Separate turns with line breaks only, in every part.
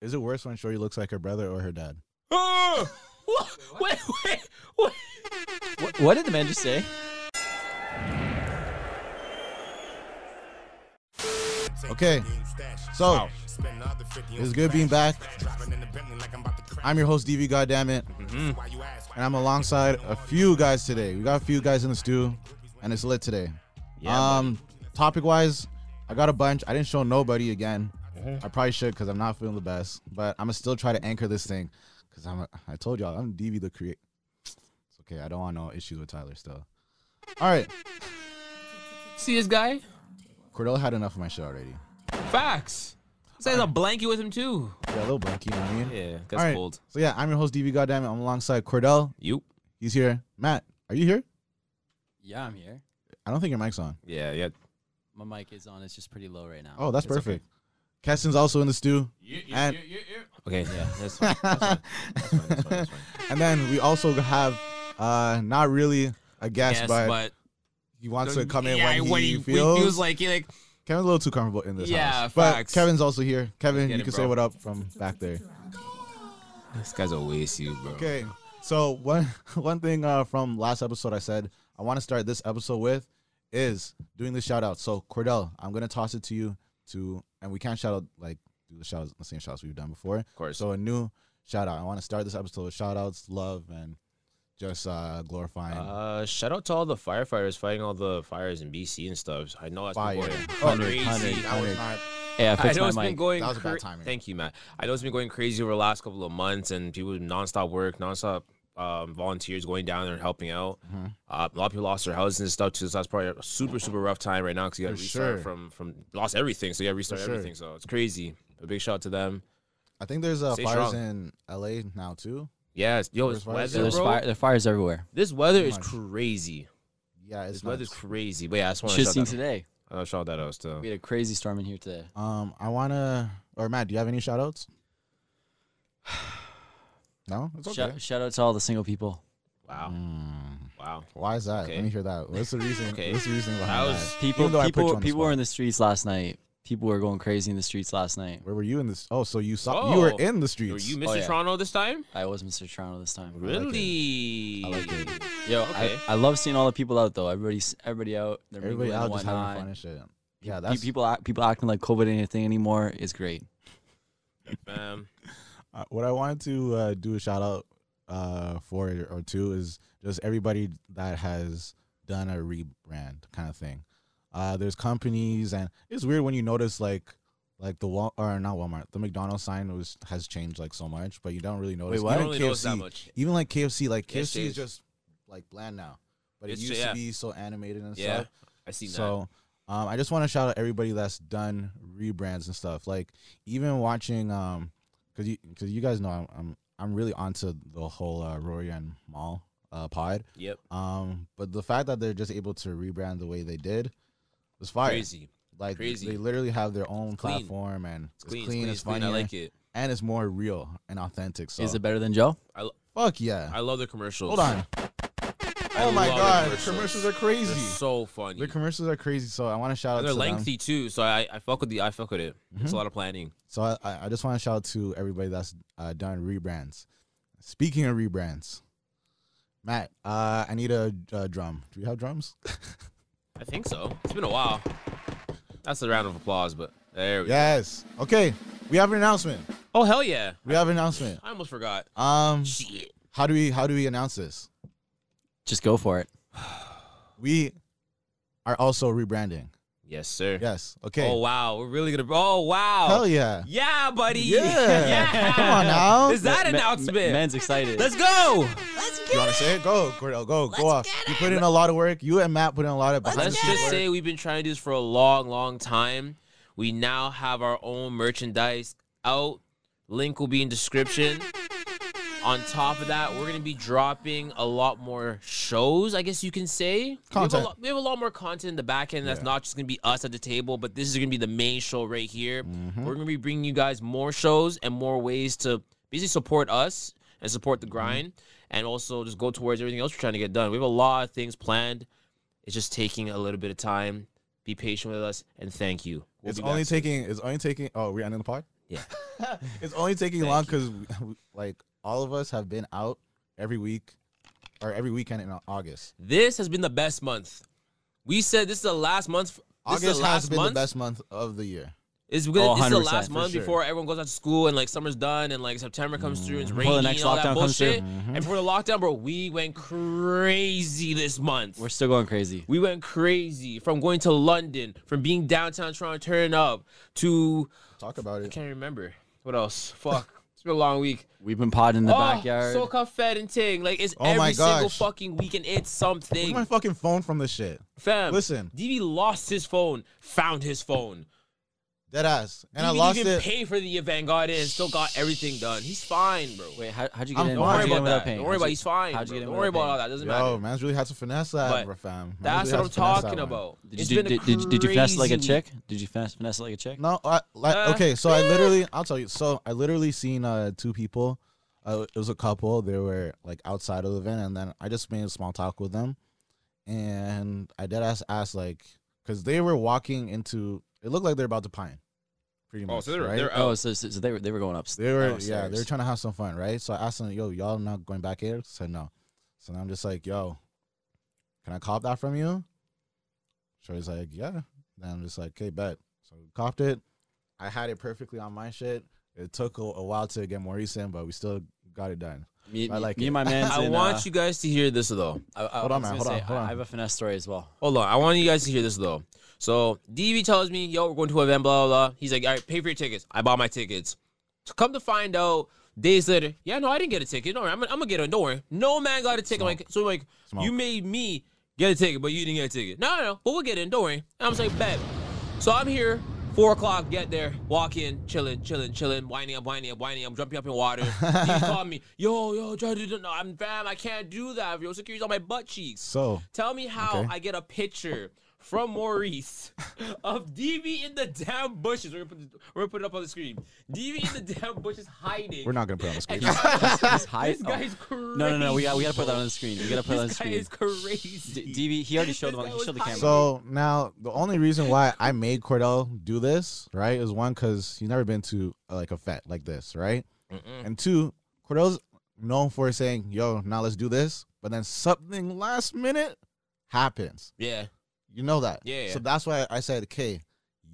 Is it worse when Shorty looks like her brother or her dad?
Oh! Wait, wait, wait. What, what did the man just say?
Okay, so it's good being back. I'm your host, DV. Goddamn it, and I'm alongside a few guys today. We got a few guys in the stew, and it's lit today.
Yeah,
um, topic wise, I got a bunch. I didn't show nobody again. I probably should because I'm not feeling the best, but I'm gonna still try to anchor this thing because I'm. A, I told y'all I'm DV the create. It's okay. I don't want no issues with Tyler still. All right,
See this guy?
Cordell had enough of my shit already.
Facts. This guy's a blankie with him too.
Yeah, a little blank, you know what I mean?
Yeah,
All
that's
right.
cold.
So yeah, I'm your host, DV. Goddamn it, I'm alongside Cordell.
You?
He's here. Matt, are you here?
Yeah, I'm here.
I don't think your mic's on.
Yeah, yeah.
My mic is on. It's just pretty low right now.
Oh, that's
It's okay.
perfect. Keston's also in the stew. and
Okay, yeah, that's fine. That's fine. That's fine. That's fine. That's fine.
and then we also have uh not really a guest,
Yes,
but,
but
he wants to come in
yeah,
when, he,
when
feels.
like he like
Kevin's a little too comfortable in this
Yeah,
house.
facts.
But Kevin's also here. Kevin,
get
you
it,
can say
bro.
what up from back there.
this guy's a waste, you bro.
Okay. So one one thing uh, from last episode I said I want to start this episode with is doing the shout out. So Cordell, I'm gonna toss it to you to and we can't shout out like do the shout outs the same shout outs we've done before. Of
course.
So a new shout out. I want to start this episode with shout outs, love and just uh glorifying
Uh, shout out to all the firefighters fighting all the fires in BC and stuff. I know that's
fire. Oh,
been going
100,
crazy.
100,
I,
100.
Yeah,
I know it's been going.
That was bad
cra-
timing.
Thank you, Matt. I know it's been going crazy over the last couple of months, and people with nonstop work, nonstop um, volunteers going down there and helping out.
Mhm.
Uh, a lot of people lost their houses and stuff too, so that's probably a super super rough time right now because you got to
For
restart
sure.
from from lost everything, so you got to restart
sure.
everything. So it's crazy. A big shout out to them.
I think there's uh,
Stay
fires
strong.
in LA now too.
Yes, yo,
There's
this
fires
weather,
there's
bro.
fire. There are fires everywhere.
this weather is
Pretty
crazy.
Yeah, it's
This weather's
nuts.
crazy. But yeah, I just want to
Shit
shout
seen
that.
today.
I wanna shout that out
Oh.
still.
We had a crazy storm in here today.
Um, I wanna or Matt, do you have any shout outs? No, it's okay.
Shout, shout out to all the single people.
Wow,
Mm,
wow.
why is that?
Okay.
Let me hear that. What's the reason?
Okay.
What's the reason behind that?
That was-
People,
though I put you
people,
on the
people
spot.
were in the streets last night. People were going crazy in the streets last night.
Where were you in this? Oh, so you saw you
Oh.
were in the
Were
streets.
you Mr.
Oh, yeah.
Toronto this time?
I was Mr. Toronto this time.
like it.
Really?
I like it.
Yo,
Okay.
I, I love seeing all the people out though. Everybody's everybody out. They're
Everybody
mingling
out
and
just having
whatnot.
fun and shit. Yeah,
Pe-
that's
people. act- People acting like COVID ain't a thing anymore is great.
Um,
uh, what I wanted to uh, do a shout out uh, for or two is just everybody that has done a rebrand kind of thing. Uh, there's companies, and it's weird when you notice like like the Wal or not Walmart, the McDonald's sign was has changed like so much, but you don't really notice.
Wait, what?
I
Even
don't really notice that
KFC,
much.
even like KFC, like
Yeah, it's
KFC is
changed.
just like bland now, but it
It's-
used
yeah.
to be so animated and
Yeah,
stuff.
I see
So um, I just want to shout out everybody that's done rebrands and stuff. Like even watching, um, cause you, cause you guys know I'm, I'm, I'm really onto the whole uh, Rory and Mall uh, pod.
that. Yep.
Um, but the fact that they're just able to rebrand the way they did was fire.
Crazy.
Like
crazy.
they literally have their own
clean.
platform and it's,
Clean.
clean,
Clean.
it's
It's clean. I
funnier,
like it.
and it's more real and authentic. So
Is it better than Joe?
fuck yeah.
I love the commercials.
Hold on.
I
Oh my
love
god,
the
the commercials are crazy.
They're so funny.
The commercials are crazy, so I want to shout out.
and they're
to them.
lengthy too, so I, I fuck with the I fuck with it. It's
Mhm.
a lot of planning.
So I, I I just want to shout out to everybody that's uh, done rebrands. Speaking of rebrands, Matt, uh, I need a, uh drum. Do you have drums?
Oh, I think so. It's been a while. That's a round of applause, but there we go.
Yes. Okay, we have an announcement.
Oh hell yeah!
We have an announcement.
I almost forgot.
Um,
Shit.
how do we how do we announce this?
Just go for it.
We are also rebranding.
Yes, sir.
Yes. Okay.
Oh wow, we're really gonna. Oh wow.
Hell yeah.
Yeah, buddy.
Yeah. Come on now.
Is that
Ma- ma-
announcement?
man's excited.
Let's go.
You want to say it? Go, Cordell. Go, go off. You put in a lot of work. You and Matt put in a lot of. behind
Let's
the
just
scenes work.
say we've been trying to do this for a long, long time. We now have our own merchandise out. Link will be in description. On top of that, we're gonna be dropping a lot more shows. I guess you can say We, have
Content.
a lot, we have a lot more content in the back end. That's
Yeah.
not just gonna be us at the table, but this is gonna be the main show right here.
Mm-hmm. Hmm.
We're gonna be bringing you guys more shows and more ways to basically support us and support the
Hmm.
grind, and also just go towards everything else we're trying to get done. We have a lot of things planned. It's just taking a little bit of time. Be patient with us, and thank you. We'll
it's
be
only
back soon.
taking. It's only taking. Oh, we're ending the pod.
Yeah.
it's only taking
Thank
long because like all of us have been out every week or every weekend in August.
This has been the best month. We said this is the last month. This is
August
the last
has been
month.
the best month of the year.
It's
Oh,
because this is the
100%,
last
for
month
sure.
before everyone goes out to school and like summer's done and like September comes through and it's rainy
Before the next
and all that
lockdown comes through.
bullshit.
Mm-hmm.
And before the lockdown, bro, we went crazy this month.
We're still going crazy.
we went crazy from going to London, from being downtown trying to turn up to
Talk about
I
it.
can't remember what else. Fuck, it's been a long week.
We've been potting in
Oh,
the backyard.
Soca Fed and Ting, like it's
Oh
every
my
single
gosh.
fucking weekend. It's
Where's
something.
my fucking phone from this shit?
Fam,
Listen.
DB lost his phone, found his phone.
Dead ass. And
DB
I lost
didn't
it.
pay for the Evangard and still got everything done. He's fine, bro.
Wait, how, how'd you
I'm
get
fine.
in?
Don't
How'd
worry
you get
about that. Don't worry about. He's fine.
How'd you
bro.
get in
Don't
without
worry about
paying?
all that. Doesn't matter.
Yo, man's really had to finesse that,
But
bro, fam. Man's
That's
really
what
had
I'm
to finesse that
talking
one.
about.
Did
It's
you,
been
did,
a
did, did, did you finesse like a
crazy
chick? Did you finesse, finesse like a chick?
No, I, like,
Uh,
okay, so I literally, I'll tell you. So I literally seen uh two people. Uh, it was a couple. They were like outside of the event, and then I just made a small talk with them, and I did ask, ask like, because they were walking into. It looked like they're about to pine, pretty much.
Oh, so they're-
right?
they're-
Oh, so, so, so they were they were going up. oh,
They were yeah,
downstairs.
they were trying to have some fun, right? So I asked them, "Yo, y'all not going back here?" Said no. So now I'm just like, "Yo, can I cop that from you?" Shorty's like, "Yeah." Then I'm just like, "Okay, bet." So we copped it. I had it perfectly on my shit. It took a, a while to get more recent, but we still got it done.
Me,
I
me-
like
me
it.
and my man's
I
in,
want
uh,
you guys to hear this though.
I, I,
Hold
I
on,
was
man,
gonna
hold on,
say,
hold
I,
on.
I have a finesse story as well.
Hold on. I want you guys to hear this though. So DB tells me, "Yo, we're going to an event." Blah blah. blah. He's like, "All right, pay for your tickets." I bought my tickets. So come to find out, days later, yeah, no, I didn't get a ticket. No, I'm, I'm gonna get it. Don't worry. No man got a ticket. I'm Like, so like,
Smoke.
you made me get a ticket, but you didn't get a ticket. No, no, no. But we'll get in. Don't worry. And I'm just like, bet. So I'm here. Four o'clock, get there, walk in, chilling, chilling, chilling, winding up, winding up, winding up, jumping up in water. he called me, yo, yo, try to do, no, I'm fam, I can't do that. Yo, security's on my butt cheeks.
So
Tell me how
Okay.
I get a picture from Maurice of DV in the damn bushes. We're gonna, put this- we're gonna put it up on the screen. DV in the damn bushes hiding.
we're not gonna put it on the
And
screen.
this
He's high- oh.
guy's crazy.
No, no, no. We got we gotta put that on the screen. We gotta put that on the
This guy
screen.
is crazy.
D- DB, he already showed
This
them.
guy
He
was
showed the
high.
camera.
so now the only reason why I made Cordell do this, right, is one because he's never been to uh, like a fet like this, right? And two, Cordell's known for saying, "Yo, now let's do this," but then something last minute happens.
yeah,
You know that,
Yeah, yeah.
So that's why I said, "Okay,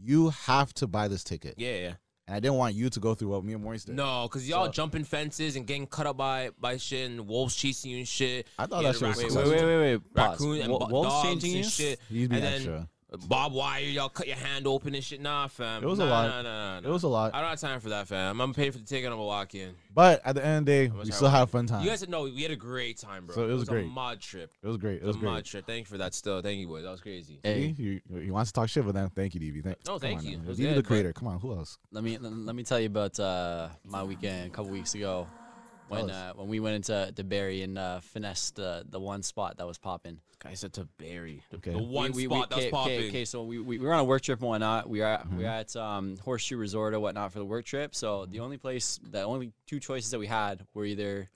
you have to buy this ticket,"
yeah, yeah.
and I didn't want you to go through what me and Maurice did.
No, cause y'all jumping fences and getting cut up by by shit and wolves chasing you and shit.
I thought
Yeah,
that
the
shit was
raccoon-
Wait,
successful.
wait, wait, wait, wait. Pause.
Raccoon and
Wo-
bo-
wolves
dogs
changing
and
you?
shit.
He's being
and then
extra.
Bob wire, y'all cut your hand open and shit. Nah, fam.
It was a
Nah,
lot.
Nah, nah, nah, nah.
It was a lot,
I don't have time for that, fam. I'm paying for the ticket. I'm gonna walk in.
but at the end of the day,
much
we
I
still had a fun time.
You guys know we had a great time, bro.
So it was
a
great.
mod trip.
it was great. It
It
was
was a
great.
mod trip. Thank you for that. Still, thank you, boys. That was crazy.
Hey.
Hey,
He, he wants to talk shit, but then thank you, DB. Thank,
No,
come
thank
on
you.
now.
It was
DB the
good, but-
creator. Come on, who else?
let me let, let me tell you about uh, my weekend a couple weeks ago when
Tell
uh, when we went into to Barry and uh, finessed uh, the one spot that was popping.
I said to Barry, the,
Okay.
the one
we, we,
spot
we,
that's
okay,
popping.
Okay, okay, so we, we, we were on a work trip and whatnot. We were at, we were at um, Horseshoe Resort or whatnot for the work trip. So the only place, the only two choices that we had were either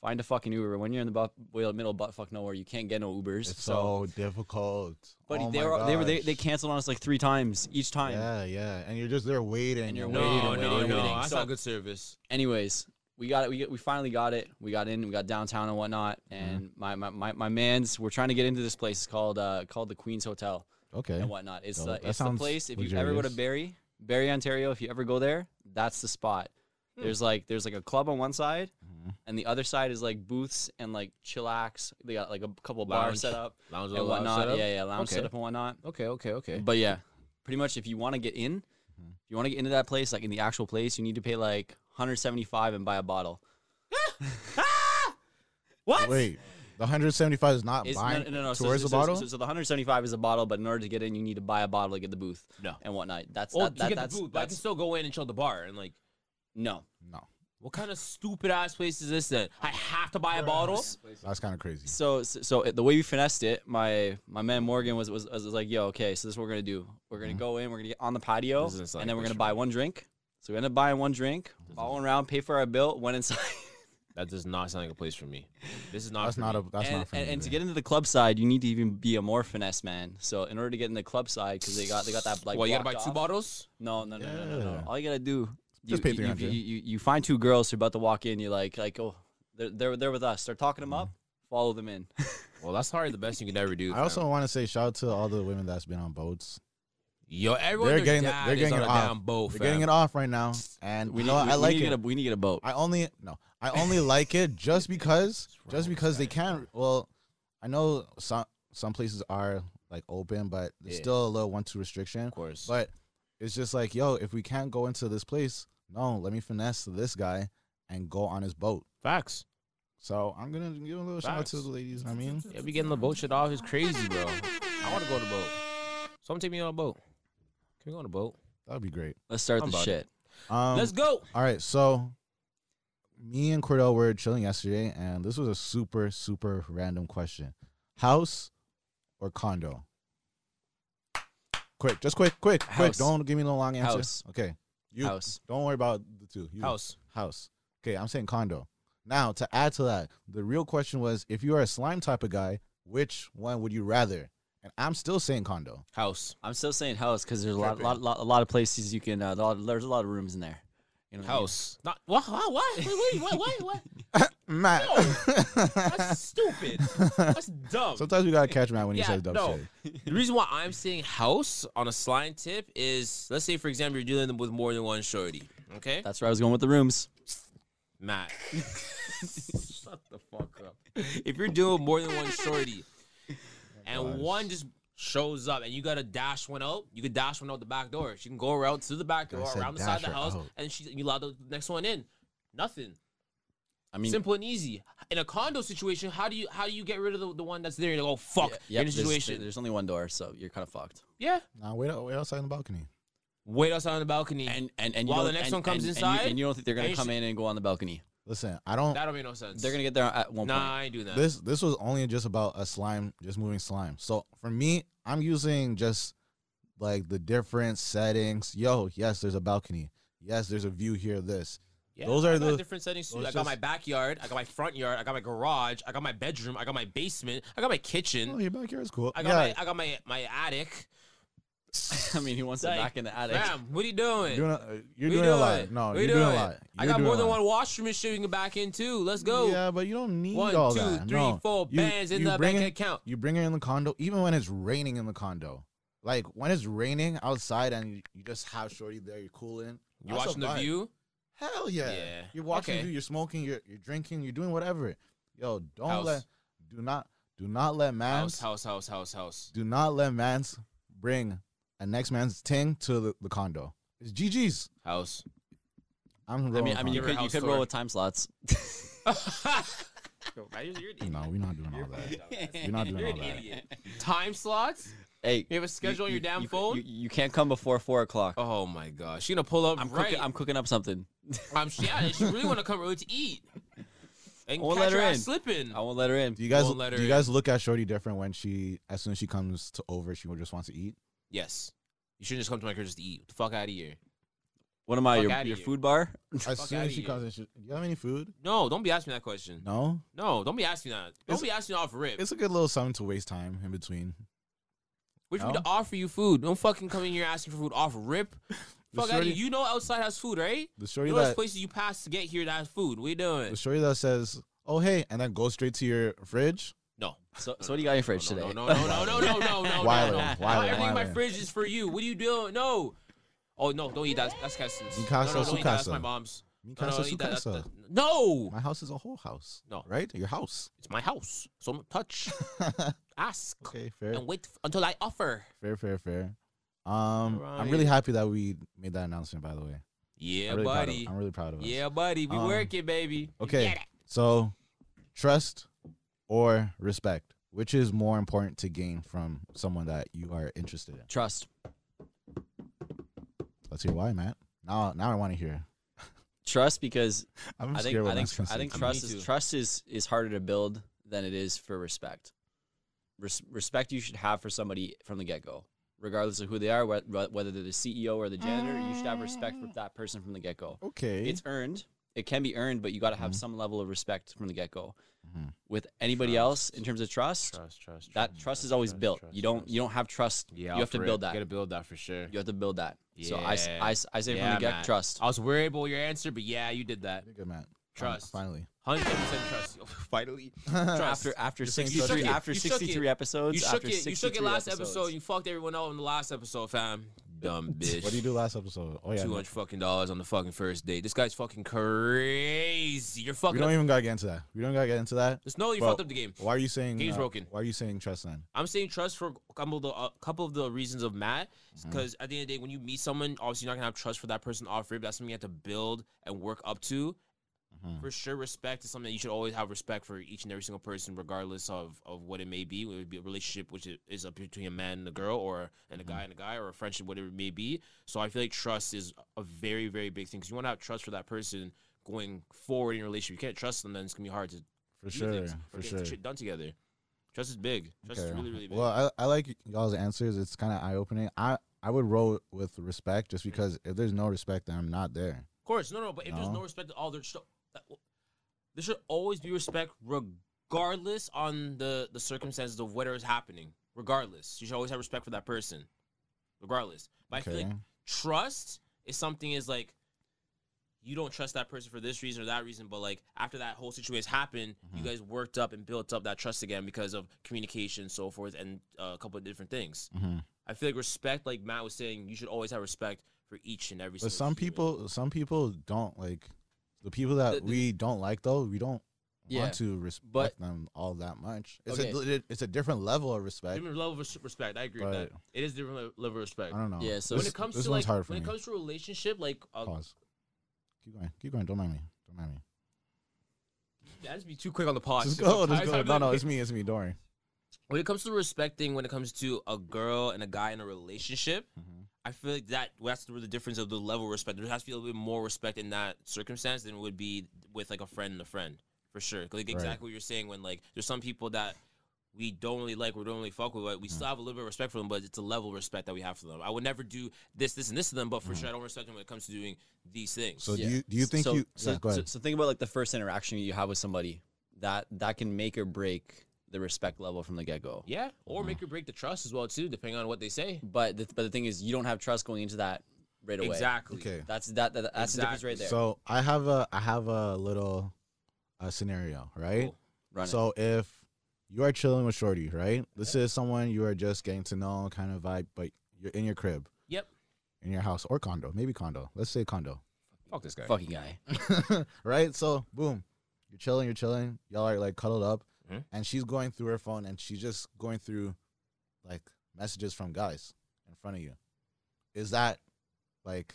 find a fucking Uber. When you're in the butt, well, middle of butt fuck nowhere, you can't get no Ubers.
It's so
so,
difficult.
but
Oh
they,
my
were, they were they,
gosh.
they canceled on us like three times each time.
Yeah, yeah. And you're just there waiting.
And you're
No,
waiting,
no,
waiting,
no,
waiting.
that's
So-
not good service.
anyways, we got it. We, we finally got it. We got in. We got downtown and whatnot. And my, my, my, my man's. We're trying to get into this place. It's called uh, called the Queen's Hotel
Okay.
and whatnot. It's
So
the
that
it's the
sounds
place. If you ever go to
luxurious.
Barrie, Barrie, Ontario, if you ever go there, that's the spot. There's like there's like a club on one side,
Mm-hmm.
Mhm.
and the other side is like booths and like chillax. They got like a couple of
Lounge.
bars set up
Lounge
and
allowed
whatnot.
setup?
Yeah, yeah, lounge
Okay.
set up and whatnot.
Okay, okay, okay.
But yeah, pretty much if you want to get in, if you want to get into that place, like in the actual place, you need to pay like 175 and buy a bottle.
what?
Wait, the 175 is not
It's-
buying
no, no, no, so-
towards
so,
the
so-
bottle.
So, so the 175 is a bottle, but in order to get in, you need to buy a bottle to get the booth
No.
and whatnot. That's
Oh,
that,
you
that-
get
that's,
the booth, but I can
that's
still go in and chill at the bar and like.
no.
no,
What kind of stupid ass place is this then? I have to buy a bottle.
that's kind of crazy.
So so, so it- the way we finessed it, my my man Morgan was was, was like, yo, okay, so this is what we're gonna do. We're
Mm-hmm.
gonna go in, we're gonna get on the patio,
This is
and then we're gonna
like-
buy one drink. So we ended up buying one drink, following around, pay for our bill, went inside.
That does not sound like a place for me. This is not.
That's
for
not
me.
a. That's
and,
not for
and,
me
and to
either.
get into the club side, you need to even be a more finesse man. So in order to get in the club side, because they got they got that like.
well, you gotta buy
blocked
two
off.
bottles.
No, no, no, no, no,
Yeah.
no. All you gotta do
Just
you,
pay
you,
300.
you, you, you find two girls who are about to walk in. You're like, like, oh, they're they're, they're with us. They're talking them up.
Mm-hmm.
Follow them in.
Well, that's probably the best you can ever do.
I
fam.
also want to say shout out to all the women that's been on boats.
yo, everyone,
They're
their
getting it-
dad
they're
is
getting
on
it
a
off.
damn boat.
They're
fam.
getting it off right now, and
Oh, We
you know
need,
what?
we,
I
we
like
need to
it.
Get a, we need to get a boat.
I only no. I only like it just because just because they can't. Well, I know some some places are like open, but there's
Yeah.
still a little one two restriction.
of course.
But it's just like, yo, if we can't go into this place, no, let me finesse this guy and go on his boat.
Facts.
So I'm gonna give a little shout out to
Facts.
the ladies. you know what I mean,
Yeah, we getting the boat shit off is crazy, bro. I want to go on a boat. Someone take me on a boat. Can we go on a boat?
that'd be great.
Let's start
I'm
the
about
shit.
Um,
Let's go.
All right, so me and Cordell were chilling yesterday, and this was a super super random question: house or condo? Quick, just quick, quick, quick!
House.
Don't give me no long answer.
House.
Okay, you
House.
don't worry about the two. You.
House.
House. Okay, I'm saying condo. Now, to add to that, the real question was if you are a slime type of guy, which one would you rather? And I'm still saying condo.
House.
I'm still saying house because there's a lot, lot, lot, a lot of places you can. Uh, lot, there's a lot of rooms in there. You know what I mean?
House. Not what? What? What? Wait, wait, what? What? what?
Matt.
That's stupid. That's dumb.
Sometimes we gotta catch Matt when he
Yeah,
says dumb
no.
shit.
the reason why I'm saying house on a slime tip is, let's say for example, you're dealing with more than one shorty. Okay,
That's where I was going with the rooms.
Matt. Shut the fuck up. If you're dealing with more than one shorty, and
gosh.
one just shows up, and you gotta dash one out, you can dash one out the back door. She can go around to the back
I
door,
said
around the side of
dash
the
her
house,
out.
and she you allow the next one in. Nothing.
I mean,
Simple and easy. In a condo situation, how do you how do you get rid of the, the one that's there? You're like, oh fuck, you're
yeah,
in a
there's-
situation.
There's, only one door, so you're kind of fucked.
yeah.
Now wait, out- wait outside on the balcony.
Wait outside on the balcony.
And and and you
While
don't-
the next
and-
one comes
and- and you- and
inside,
you, don't think they're gonna
and you
come
should-
in and go on the balcony?
Listen, I don't.
that don't make no sense.
They're gonna get there at one
Nah,
point.
I ain't doing that.
This this was only just about a slime, just moving slime. So for me, I'm using just like the different settings. Yo, yes, there's a balcony. Yes, there's a view here. This.
Yeah,
Those
I
are
got
the-
different settings too.
those
I got my
just-
backyard, I got my front yard, I got my garage, I got my bedroom, I got my basement, I got my
Oh,
kitchen,
your backyard is cool.
I got
yeah,
my I got my my attic.
I mean, he wants it
Like,
back in the attic.
Fam, what are you doing?
you're doing a, uh, you're
What
doing
you
a lot. No,
What
you're doing, a lot.
I
You're
got
doing
more
a
than
lot.
one washroom and shit we can back into. Let's go.
Yeah, but you don't need
One,
all
two,
that.
three,
no.
four bands in the
bring
bank
it-
account.
You bring it in the condo, even when it's raining in the condo. Like when it's raining outside and you, you just have shorty there, you're cooling. That's
You
a
watching the
vibe.
view?
Hell yeah.
Yeah.
You're watching
Okay.
you, you're smoking, you're you're drinking, you're doing whatever. Yo, don't
House.
let do not do not let
House,
mans
house, house, house, house.
do not let mans bring a next man's ting to the, the condo. It's GG's.
House.
I'm
I
rolling.
mean, I mean, you
Give her a
could you
house
could
tour.
roll with time slots.
Yo, man, you're- you're an
condo. no, we're not doing all that. We're not doing
You're
all
an
that.
idiot. Time slots?
hey,
You have a schedule on your damn
you-
phone?
You, you can't come before four o'clock.
Oh my gosh. She gonna pull up
I'm
right.
cooking. I'm cooking up something.
I'm sh- yeah, she really want to come early to eat. And
Won't
catch
let
her,
her
ass
in.
slipping.
I won't let her in.
Do you guys
Won't let her
do you
in.
guys look at Shorty different when she as soon as she comes to over, she just wants to eat?
Yes. You shouldn't just come to my crib just to eat. Get the fuck out of here.
What am I?
Fuck
Your,
outta
your
here.
food bar?
As
Fuck
soon
outta
as she
here.
comes in, she, do you have any food?
No, don't be asking me that question. No,
No?
don't be asking me that. Don't
It's-
be asking me off rip.
It's a good little something to waste time in between.
Which
no.
means to offer you food. Don't fucking come in here asking for food off rip. Fuck out of
shorty-
here. You know outside has food, right?
The
You
shorty
know there's
that
places you pass to get here that has food. What you doing?
the shorty that says, "Oh hey," and then go straight to your fridge.
No.
So, so what do you got in your fridge
No,
today?
no, no, no, no, no, no, no, no.
Wyler,
no.
Wyler,
Not Everything in my
Wyler.
fridge is for you. What are you doing? No. Oh no, don't eat that. That's Cass's. No,
Mikasa
no, don't eat that. That's
Sukasa.
my mom's.
Mi
No, no,
casa
don't
su
eat that. That's-
casa.
that- No.
My house is a whole house.
No.
right? Your house.
It's my house. So don't touch, ask,
okay, fair,
and wait f- until I offer.
fair, fair, fair. Um, I'm
Alright.
really happy that we made that announcement. By the way,
Yeah,
I'm really proud of-
buddy.
I'm really proud of us.
Yeah, buddy. We
Um,
working, baby. You
Okay,
get it.
so trust or respect, which is more important to gain from someone that you are interested in?
Trust.
Let's hear why, Matt. Now, now I want to hear.
Trust because
I'm
I
scared.
think
what
I think
Matt's gonna
I think
say.
too.
trust
Me
is
too.
trust is is harder to build than it is for respect. Res- respect you should have for somebody from the get go, regardless of who they are, E wh- wh- whether they're the CEO or the janitor. You should have respect for that person from the get go.
Okay,
It's earned. it can be earned, but you got to have
Mm-hmm.
some level of respect from the get go.
Mhm.
With anybody else, in terms of trust,
Mm-hmm. Trust, trust,
that trust, is always
trust,
built.
trust,
you don't
trust.
you don't have trust.
Yeah,
you have to build that.
Got to build that for sure.
You have to build that. So I, s-
Yeah.
I s- I say from
Yeah,
the get
man.
trust.
I was worried about your answer, but yeah, you did that.
Good man.
Trust.
Finally.
Hundred percent trust. Finally,
After after
You're saying
sixty
you
three
shook it.
after
You shook
sixty three
it.
episodes.
you shook
after
it. You shook it
63
last episode.
episodes.
You fucked everyone out in the last episode, fam. Dumb bitch.
What do you do last episode? Oh yeah.
Two
no.
hundred fucking dollars on the fucking first date. This guy's fucking crazy. You're
We
fucking.
don't
Up.
even gotta get into that. We don't gotta get into that.
Just know you
Bro.
fucked up the game.
Why are you saying uh,
Game's broken.
Why are you saying trust then?
I'm saying trust for a couple of the, a couple of the reasons of Matt,
Mm-hmm.
because at the end of the day, when you meet someone, obviously you're not gonna have trust for that person off rip. That's something you have to build and work up to.
Mhm.
For sure, respect is something that you should always have respect for each and every single person, regardless of, of what it may be. Whether it be a relationship, which i- is up between a man and a girl, or and a guy
Mm-hmm.
and a guy, or a friendship, whatever it may be. So I feel like trust is a very very big thing because you want to have trust for that person going forward in your relationship. You can't trust them, then it's gonna be hard to
For
do
sure.
things, or
For
get
sure.
shit done together. Trust is big. Trust is
Okay.
really really big.
Well, I, I like y'all's answers. It's kind of eye opening. I I would roll with respect
Mm.
just because if there's no respect, then I'm not there.
Of course, no, no. But if there's
No.
no respect at all, there should there should always be respect, regardless on the the circumstances of whatever is happening. Regardless, you should always have respect for that person, regardless. But I feel
Okay.
like trust is something is like you don't trust that person for this reason or that reason, but like after that whole situation happened,
Mm-hmm.
you guys worked up and built up that trust again because of communication, so forth, and uh, a couple of different things.
Mhm.
I feel like respect, like Matt was saying, you should always have respect for each and every.
But
single
some
human.
people, some people don't like the people that
The- the-
we don't like though. We don't
Yeah,
want to respect
but-
them all that much. It's
Okay.
a li- it's a different level of respect.
Different level of res- respect. I agree with that.
But-
It is different le- level
I
of respect.
don't know.
Yeah, so
when
This-
it comes
this
to like
one's hard for
when
me.
it comes to relationship, like uh,
Pause. Keep going. Keep going. Don't mind me. Don't mind me.
that'd just be too quick on the pause.
Just
It's
go.
like,
Just
I-
go.
I'm
No,
like-
no, it's me. It's me. Don't worry.
When it comes to respecting, when it comes to a girl and a guy in a relationship,
Mhm.
I feel like that that's where the difference of the level of respect. There has to be a little bit more respect in that circumstance than would be with like a friend and a friend for sure. Like exactly what you're saying when like there's some people that we don't really like, we don't really fuck with, but
Mm.
we still have a little bit of respect for them, but it's a level of respect that we have for them. I would never do this, this, and this to them, but for sure I don't respect them when it comes to doing these things.
Mm. So
Yeah.
do you do you think
so,
you?
so,
yeah, go
so,
ahead.
so think about like the first interaction you have with somebody that that can make or break the respect level from the get go.
yeah, or
Mm-hmm.
make or break the trust as well too, depending on what they say.
But the, but the thing is, you don't have trust going into that right away.
Exactly.
okay.
That's that, that that's the difference
Exactly.
right there.
So I have a I have a little uh, scenario, right?
Cool.
Run it.
So if you are chilling with Shorty, right? This is someone you are just getting to know, kind of vibe, but you're in your crib,
Yep.
in your house or condo, maybe condo. Let's say condo,
Fuck this guy.
fucking guy.
right? So boom, you're chilling, you're chilling, y'all are like cuddled up,
Mhm.
and she's going through her phone and she's just going through like messages from guys in front of you. Is that like,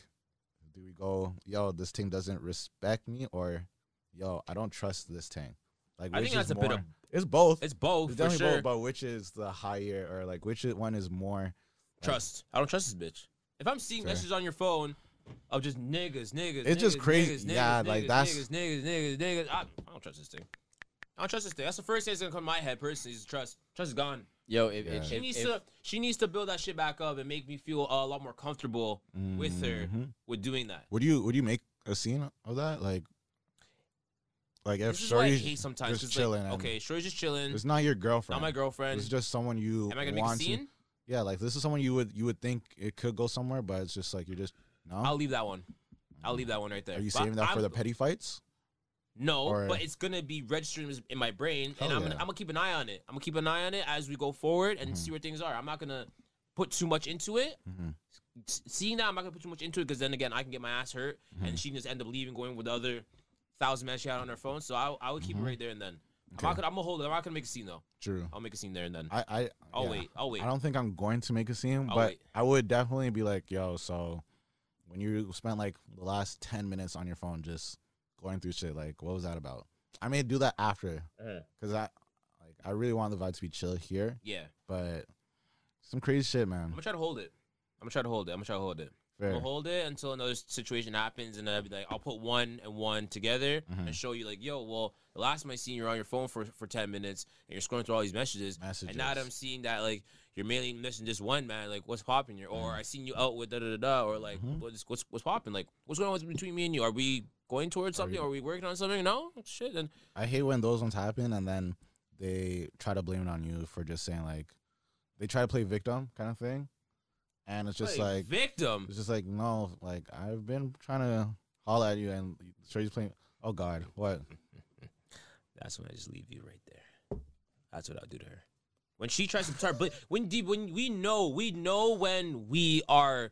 do we go, yo, this thing doesn't respect me, or yo, I don't trust this thing? Like,
I
which
think that's
is
a bit
more-
of-
it's both.
It's both
It's
for
definitely
sure.
both, but which is the higher or like which is- one is more?
Trust. I don't trust this bitch. If I'm seeing
Fair.
messages on your phone of just niggas, niggas,
It's just
niggas,
crazy.
niggas, niggas,
Yeah,
niggas,
like, that's-
niggas, niggas, niggas, niggas. I, I don't trust this thing. I don't trust this thing. That's the first thing that's gonna come to my head personally. Is trust. Trust is gone.
Yo, if,
Yeah.
if,
She
if-
needs
if-
to. She needs to build that shit back up and make me feel a lot more comfortable with her
Mhm.
with doing that.
Would you would you make a scene of that? Like, like if
this is why I
Shorty's
hate sometimes.
just
Just
chilling
Like,
and-
okay, Shorty's just chilling.
it's not your girlfriend,
Not my girlfriend.
it's just someone you
Am I gonna make a
want
scene?
to. Yeah, like this is someone you would you would think it could go somewhere, but it's just like you're just no.
I'll leave that one. I'll leave that one right there.
Are you
But
saving that for
I'm-
the petty fights?
No,
Or-
but it's gonna be registered as- in my
Hell
brain, and I'm,
yeah. Mm-hmm.
gonna, I'm gonna keep an eye on it. I'm gonna keep an eye on it as we go forward and see where things are. I'm not gonna put too much into it.
Mhm.
S- Seeing that, I'm not gonna put too much into it because then again, I can get my ass hurt,
Mm-hmm.
and she can just end up leaving, going with the other thousand men she had on her phone. So I, I would keep it right there and then. I'm not
Mm-hmm. Okay.
gonna, I'm gonna hold it. I'm not gonna make a scene though.
True.
I'll make a scene there and then.
I I
I'll
yeah.
Oh, wait. I'll wait.
I don't think I'm going to make a scene,
I'll
but
wait.
I would definitely be like, yo, so when you spent like the last 10 minutes on your phone just going through shit, like, what was that about? I may do that after
Uh-huh.
because I like I really want the vibe to be chill here,
yeah,
but some crazy shit,
I'm
man.
gonna try to hold it. I'm gonna try to hold it. I'm gonna try to hold it.
Fair.
I'll hold it until another situation happens, and then I'll be like, I'll put one and one together
Mhm.
and show you, like, yo, well, the last time I seen you were on your phone for, for 10 minutes and you're scrolling through all these messages.
Messages.
And now that I'm seeing that, like, you're mainly missing just one, man, like, what's popping
Mm-hmm.
here? Or I seen you out with da da da da, or like,
Mhm.
what's, what's, what's popping? Like, what's going on with- between me and you? Are we going towards something? Are we working on something? No, shit. And
I hate when those ones happen and then they try to blame it on you for just saying like they try to play victim kind of thing, and it's just like
victim.
it's just like no, like I've been trying to holler at you and sure he's playing. Oh God, what?
That's when I just leave you right there. That's what I'll do to her. When she tries to start, bla- when deep, when we know, we know when we are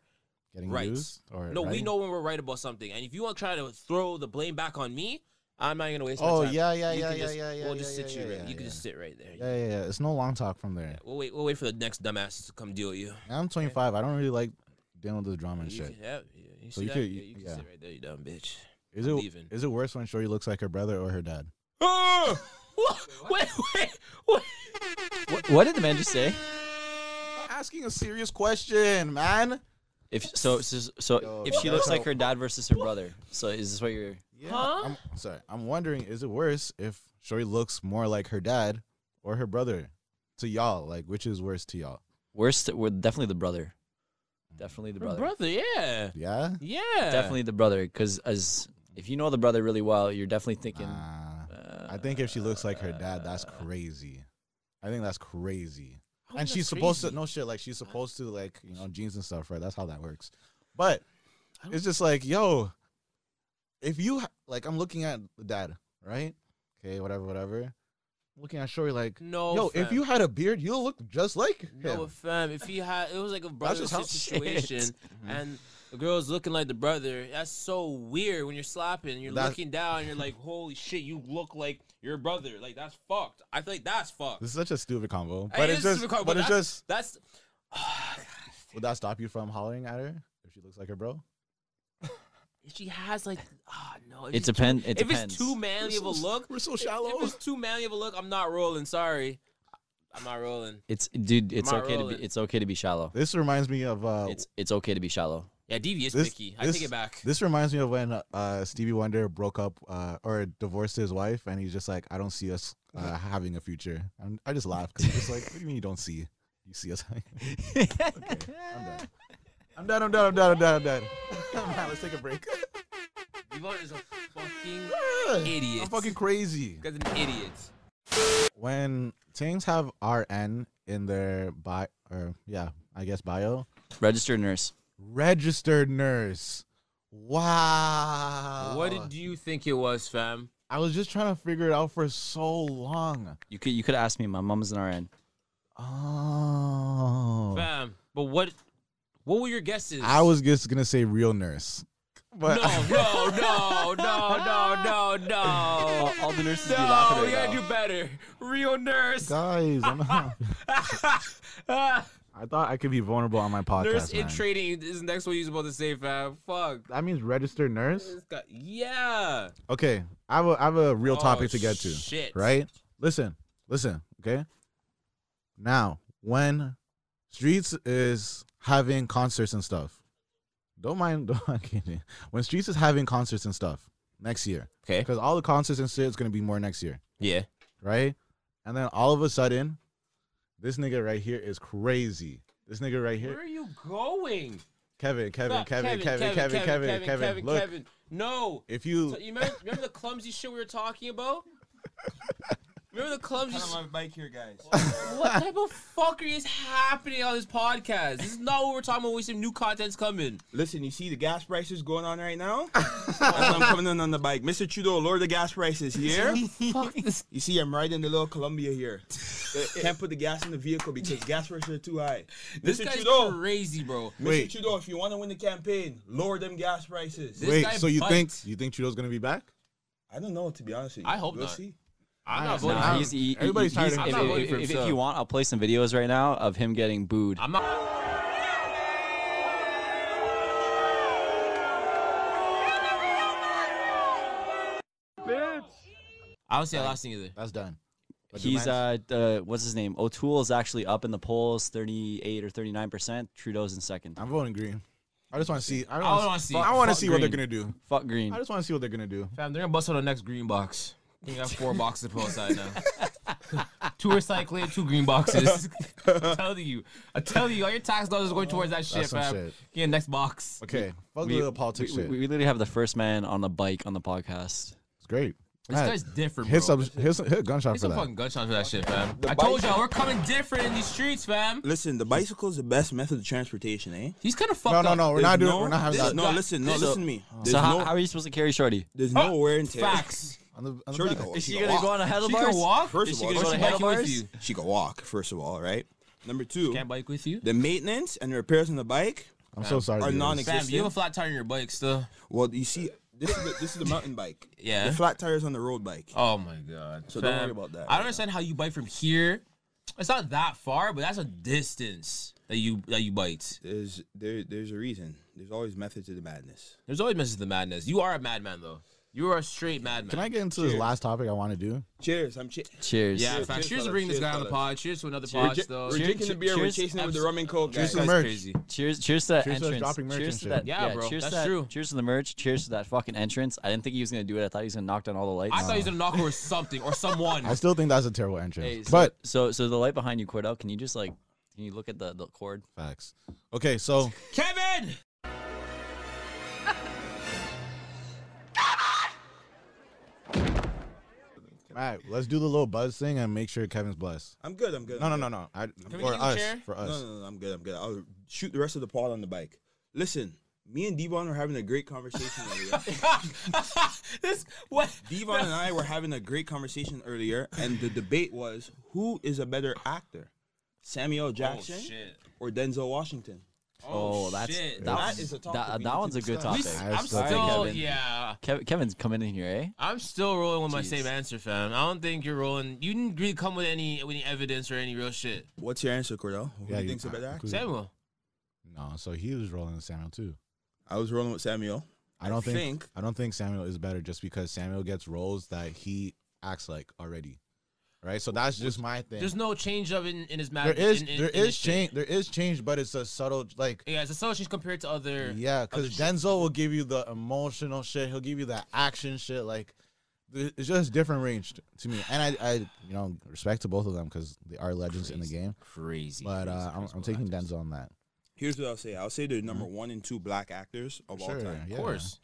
Getting
Right.
used or
No, we
right?
know when we're right about something. And if you want to try to throw the blame back on me, I'm not gonna waste
Oh,
my time.
yeah, yeah,
You
yeah,
can
yeah,
just-
yeah, yeah,
We'll just
yeah,
sit
yeah,
you. right-
yeah,
you can
yeah.
just sit right there.
Yeah, yeah, yeah. It's no long talk from there.
We'll wait. We'll wait for the next dumbass to come deal with you.
I'm 25. I don't really like dealing with the drama and
You
shit.
can, yeah, yeah, you
So
see
you
that?
could-
yeah, you can
yeah.
sit right there, you dumb bitch.
Is
I'm
it
leaving.
is it worse when Shorty looks like her brother or her dad?
Ah!
Wait, wait, wait.
What, what did the man just say?
asking a serious question, man.
If so, so, so
Yo,
if she
that's
looks like
how-
her dad versus her brother, so is this what you're?
Yeah. I'm sorry. I'm wondering, is it worse if Shorty looks more like her dad or her brother to y'all? Like, which is worse to y'all?
Worst, we're definitely the brother. Definitely the
Brother.
brother.
yeah,
Yeah.
yeah,
Definitely the brother, because as if you know the brother really well, you're definitely thinking.
Nah. I think if she looks like her dad, that's
uh,
crazy. I think that's crazy.
How
and
is that
she's supposed to
crazy?
no shit. Like she's supposed to like you know jeans and stuff, right? That's how that works. But
don't-
it's just like, yo, if you ha- like, I'm looking at the dad, right? Okay, whatever, whatever. Looking at Shorty, like,
No,
yo, if
fam.
you had a beard, you look just like him.
No, but fam, if he had, it was like a brother
just how- Mm-hmm.
situation, and the girl's looking like the brother. That's so weird when you're slapping. and You're
That-
looking down. and You're like, holy shit, you look like your brother. Like that's fucked. I feel like that's fucked.
this is such a stupid combo.
It
But it's
is
just,
stupid combo,
but it's
that's-
just,
That's
would that stop you from hollering at her if she looks like her bro?
if she has like, oh no. if
It
she's
depends.
too-
It
if
depends.
it's too manly of a look,
We're so
If it's too manly of a look, I'm not rolling. Sorry, I'm not rolling.
It's dude. It's
Am I
okay to
rolling?
be. It's okay to be shallow.
This reminds me of uh,
It's it's okay to be shallow.
Yeah, devious
This-
picky. I
this-
take it back.
This reminds me of when uh, Stevie Wonder broke up uh, or divorced his wife, and he's just like, "I don't see us uh, having a future." And I just laughed because it's like, "What do you mean you don't see? You see us?" Okay, I'm done. I'm done. I'm done. I'm done. I'm done. I'm done. Man, let's take a break.
Devon is a fucking idiot.
I'm fucking crazy.
Because an idiot.
When things have RN in their bio, or yeah, I guess bio,
Registered nurse.
registered nurse. Wow.
What did you think it was, fam?
I was just trying to figure it out for so long.
You could you could ask me. My mom's an RN.
Oh.
Fam. But what? What were your guesses?
I was just gonna say real nurse.
No,
But
no, no, no, no, no, no.
All the nurses be
No,
laughing
we gotta do better. Real nurse. Ah,
guys, I'm not, I thought I could be vulnerable on my podcast.
nurse in
man.
training is next what he's about to say, fam. Fuck.
that means registered nurse.
This guy- Yeah.
Okay, I have a, I have a real
Oh,
topic to get to.
shit.
Right? Listen, listen. Okay. Now, when Streets is having concerts and stuff, don't mind. Don't mind kidding. When Streets is having concerts and stuff next year,
Okay.
because all the concerts and shit is gonna be more next year,
Yeah.
right? And then all of a sudden, this nigga right here is crazy. This nigga right
Where
here,
are you going?
Kevin, Kevin,
Fuck,
Kevin, Kevin, Kevin, Kevin, Kevin. Look,
Kevin. No.
if you
So you remember, remember the clumsy shit we were talking about? Remember the clumsy shit?
my bike here, guys.
What type of fuckery is happening on this podcast? This is not what we're talking about when some new content's coming.
Listen, you see the gas prices going on right now? As I'm coming in on the bike. Mr. Trudeau, lower the gas prices here.
Fuck this.
You see, I'm riding the little Columbia here. Can't put the gas in the vehicle because gas prices are too high.
This
Mr.
guy's
Trudeau,
crazy, bro.
Mr.
Wait.
Trudeau, if you want to win the campaign, lower them gas prices.
This
wait,
guy
so you think
bites.
you think Trudeau's gonna be back?
I don't know, to be honest with you.
I hope
we'll
not.
See.
I'm
Nah,
not voting.
Nah,
I'm-
he's, he, he-
everybody's tired
he's-
of him.
if-
I'm not voting
if,
for
if- if
himself.
you want, I'll play some videos right now of him getting booed.
I'm not. I don't see a last thing either.
That's done. But
He's
Duman's-
uh, uh, what's his name? O'Toole's actually up in the polls, thirty-eight or thirty-nine percent. Trudeau's in second.
I'm voting green. I just want to see. I,
I
don't
wanna
want to
see-
see. I want to
fuck
see what they're
green.
gonna do.
Fuck Green.
I just want to see what they're gonna do.
Fam, they're gonna bust out the next green box. You got four boxes to put outside now. Two recycling, two green boxes. I tell you, I tell you, all your tax dollars is going towards that shit,
some
fam.
shit.
Yeah, next box.
Okay, fuck
We-
the politics
we,
shit.
we literally have the first man on a bike on the podcast.
it's great.
This
Man,
guy's different, bro.
hit some, hit some, hit a gunshot
Hit
for
some
that.
fucking gunshots for that shit, fam.
The
I told
bike-
y'all, we're coming different in these streets, fam.
Listen, the bicycle is the best method of transportation, eh?
He's kind of fucked
no,
up.
no, no. We're not
There's
doing.
no-
we're not having
this-
that.
No, listen, no,
This-
listen to me. There's
so how,
no,
how are you supposed to carry Shorty?
there's
Oh,
no wear and tear.
Facts.
On the, on the
Surely
back.
go-
Is she
can
gonna
walk.
go on a
She
handlebars?
can walk.
First
Is
of
she
all,
gonna
or
go on
she biking with
handlebars?
you.
She can walk, first of all, right? Number two,
Can't bike with you.
the maintenance and repairs on the bike
I'm so sorry.
are
dude.
Fam, you have a
non-existent.
flat tire on your bike still.
Well, you see, this is the, this is the mountain bike.
Yeah.
The flat tires on the road bike.
Oh my god.
So don't worry about that.
I don't understand how you bike from here. It's not that far, but that's a distance that you that you bite.
There's there, there's a reason. There's always method to the madness.
There's always messes to the madness. You are a madman though. You are a straight madman.
Can I get into this last topic I want to do?
Cheers. I'm che-
Cheers.
Yeah,
Cheers, cheers,
facts. Cheers to
fellas.
bringing
Cheers,
this guy on the
fellas.
pod. Cheers to another pod, though.
we're
Cheers.
drinking the beer. We're
cheers-
chasing it with the
abs-
rum and coke.
cheers
Guys.
to
That's
merch.
crazy.
Cheers! Cheers to that
Cheers to
entrance.
dropping merch
cheers
and
to
shit.
that.
Yeah,
Yeah,
bro,
Cheers
that's
to that.
true.
Cheers to the merch. Cheers to that fucking entrance. I didn't think he was gonna do it. I thought he was gonna knock down all the lights.
I thought he was gonna knock over something or someone.
I still think that's a terrible entrance.
Hey, so-
but
so, so the light behind you, Cordell. Can you just like, can you look at the the cord?
facts. Okay, so
Kevin.
all right, let's do the little buzz thing and make sure Kevin's blessed.
I'm good. I'm good.
No, no,
I'm
no,
good.
no. I,
we
for
get you a
us,
chair?
for us.
No, no, no. I'm good. I'm good. I'll shoot the rest of the pod on the bike. Listen, me and Devon were having a great conversation earlier.
this what?
Devon and I were having a great conversation earlier, and the debate was who is a better actor, Samuel Jackson
Oh,
or Denzel Washington.
Oh, that's
shit.
that,
That
was-
is a topic
that,
we
that
need
one's
to
a good
discuss.
topic.
We,
I
I'm
still
still,
think
Kevin.
yeah.
Kev- Kevin's coming in here, eh?
I'm still rolling with my
Jeez.
same answer, fam. I don't think you're rolling. You didn't really come with any with any evidence or any real shit.
What's your answer, Cordell? Who do you think's a better actor?
include-
Samuel.
No, so he was rolling Samuel too.
I was rolling with Samuel.
I don't think,
think-
I don't think Samuel is better just because Samuel gets roles that he acts like already, right? So that's just my thing.
There's no change up in, in his
there
matter.
is
in, in,
there
in his
is
shit.
change there is change, but it's a subtle like
Yeah, it's a subtle change compared to other.
yeah, because
other shit.
Denzel will give you the emotional shit. He'll give you the action shit. Like th- it's just different range t- to me, and I I you know respect to both of them because they are legends in the game.
Crazy.
But
crazy,
uh, I'm,
crazy
I'm taking
actors.
Denzel on that.
Here's what I'll say. I'll say they're number one and two black actors of all
Sure,
time.
yeah.
Of course.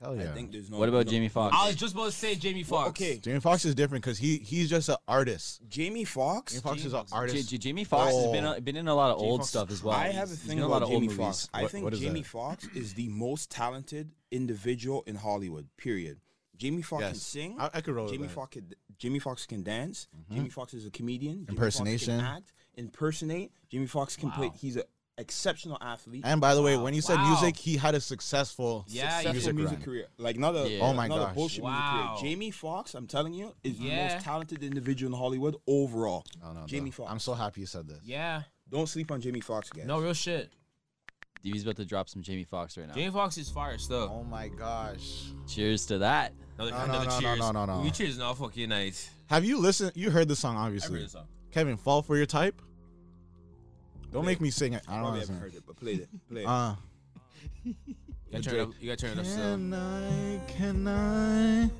Hell yeah.
I think there's no.
What about
no-
Jamie Foxx?
I was just about to say Jamie Foxx.
Well, okay,
Jamie Foxx is different because he he's just an artist.
Jamie Foxx.
Jamie Fox is an
J-
artist.
J- Jamie Foxx has been uh,
Oh.
been in a lot of
Jamie
old
Foxx-
stuff as well.
I have a
He's
thing
been in
about
a lot of
Jamie
old movies.
Foxx. I
What-
think
what is
Jamie
that?
Foxx is the most talented individual in Hollywood. Period. Jamie Foxx can
Yes.
sing.
I- I could roll with
Jamie
Oh, that. Mm-hmm.
Foxx. Can, Jamie Foxx can dance. Jamie Foxx is a comedian. Jamie Foxx can
Impersonation.
act. Impersonate. Jamie Foxx can play. He's an exceptional athlete.
And by the way, when he said
Wow.
music, he had a successful
Yeah,
Successful
music,
music,
run.
career, like not a
Yeah.
Oh my
not
gosh.
a bullshit
Wow.
music career. Jamie Foxx, I'm telling you, is the
Yeah.
most talented individual in Hollywood overall.
Oh, No, no, no.
Jamie Foxx.
I'm so happy you said this.
Yeah.
Don't sleep on Jamie Foxx, guys.
No real shit.
He's about to drop some Jamie Foxx right now.
Jamie Foxx is fire still.
Oh my gosh.
Cheers to that.
Another,
No, no, no, no, no, no, no.
We cheers all fucking night.
Have you listened? You heard the song, obviously.
this song.
Kevin, fall for your type. Don't make me sing it. I don't
Probably
want to
haven't
sing
heard it, but play it. Play
it.
it.
Uh,
You gotta turn it up. You gotta turn it up still.
can I, can I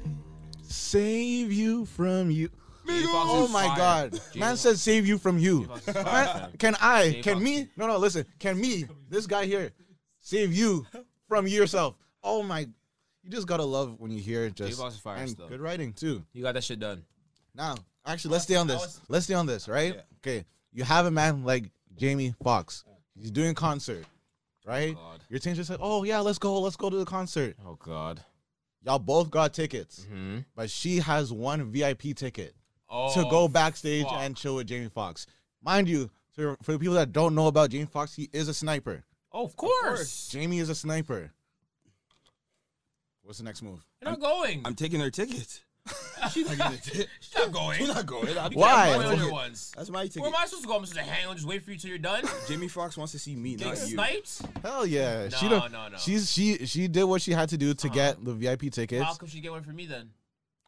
save you from you?
Jamie Foxx
Oh
is
my
fire.
God.
Jamie
Man said save you from you.
Foxx is fire,
Man,
fam.
can I,
Jamie
can
Foxx.
me, no, no, listen, can me, this guy here, save you from yourself? Oh my, you just gotta love when you hear it. Just
Foxx is fire
and
still.
good writing too.
You got that shit done.
Now, actually, let's stay on this.
was-
let's stay on this, right? Okay, you have a man like Jamie Foxx. He's doing concert, right?
God.
Your team just said, "Oh yeah, let's go, let's go to the concert."
Oh God.
Y'all both got tickets,
Hmm.
but she has one VIP ticket
Oh.
to go backstage
fuck.
and chill with Jamie Foxx. Mind you, for, for the people that don't know about Jamie Foxx, he is a sniper.
Oh, of course.
Jamie is a sniper. What's the next move?
You're not going.
I'm taking their ticket.
She's not going. She's not going. You
Why?
Can't go on your ones.
That's my ticket.
Where am I supposed to go? I'm supposed to hang on, just wait for you till you're done.
Jamie Foxx wants to see me,
Get
not you.
sniped.
Hell yeah! she
No,
don't,
no, no.
She's she she did what she had to do to get the VIP tickets.
How come she get one for me then?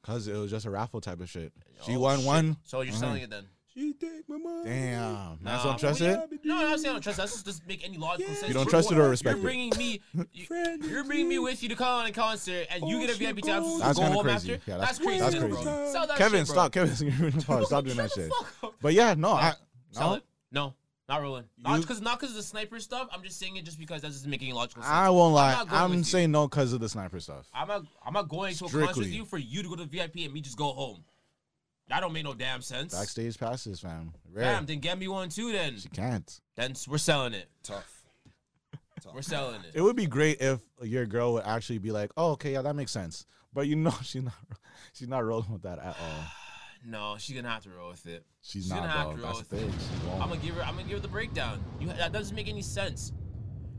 Cause it was just a raffle type of shit. She
Oh,
won
shit.
one.
So you're selling it then?
She take my money.
Damn, man,
Nah,
don't trust
but
it.
yeah, No, I'm not saying I don't trust. That just doesn't make any logical sense.
You don't trust it or respect it.
You're bringing me,
Friend
you, are bringing me with you to come on a concert, and you get a
shit,
VIP
bro.
tab.
That's
go
kinda
home
crazy.
After?
Yeah, that's-
that's, crazy.
that's
bro.
crazy.
Sell that
Kevin,
shit, bro.
stop. Kevin, stop doing that shit.
Fuck.
But yeah, no, I
Sell
no,
it? No, not rolling. Not
You-
because not because the sniper stuff. I'm just saying it just because that's just making logical sense.
I won't lie.
not going
I'm
with you.
saying no because of the sniper stuff.
I'm not. I'm not going to a concert
Strictly.
with you for you to go to VIP and me just go home. That don't make no damn sense.
Backstage passes, fam. Rare.
Damn, then get me one too. Then
She can't.
then s- we're selling it.
Tough. Tough.
We're selling it.
It would be great if your girl would actually be like, "Oh, okay, yeah, that makes sense." But you know, she's not. She's not rolling with that at all.
No, she's gonna have to roll with it.
She's,
She's gonna
not,
have
bro.
to
That's
roll
the thing. She won't.
I'm gonna give her. I'm gonna give her the breakdown. You, that doesn't make any sense.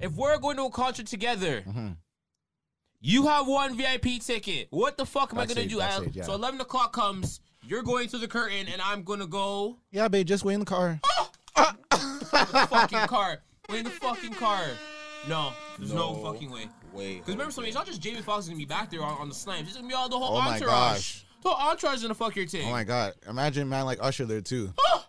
If we're going to a concert together,
Mhm.
you have one VIP ticket. What the fuck am I gonna
Backstage,
do? I-
backstage, yeah.
So 11 o'clock comes. You're going through the curtain, and I'm gonna go
Yeah, babe, just wait in the car.
fucking car. Wait in the fucking car. No, there's no,
No.
fucking way.
Wait.
Because remember something, it's not just Jamie Foxx gonna be back there on, on the slam. It's gonna be all the whole
Oh my
entourage.
gosh.
The whole entourage is gonna fuck your team.
Oh my god! Imagine a man like Usher there too.
Oh!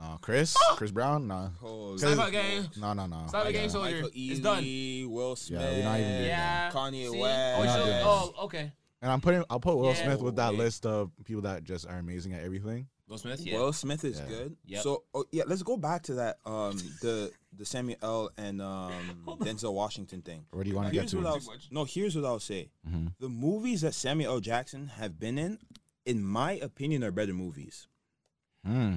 no, Chris, Chris Brown, no,
Holy
Snap
Snap out gang.
no, no, no.
Snap out gang soldier.
Michael
It's
Ealy,
done.
E, Will Smith.
we're not even doing
Yeah.
Kanye
See?
West.
Oh,
We're
it's
not
still-
doing
oh, okay.
And I'm putting, I'll put Will
Yeah.
Smith with that
Wait.
list of people that just are amazing at everything.
Will Smith.
Will Smith is
Yeah.
good.
Yep.
So oh, yeah, let's go back to that um the the Samuel L. and um Denzel Washington thing.
Where do you want to get
Here's
to?
what I'll,
All
s- no, here's what I'll say.
Mhm.
The movies that Samuel L. Jackson have been in, in my opinion, are better movies.
Hmm.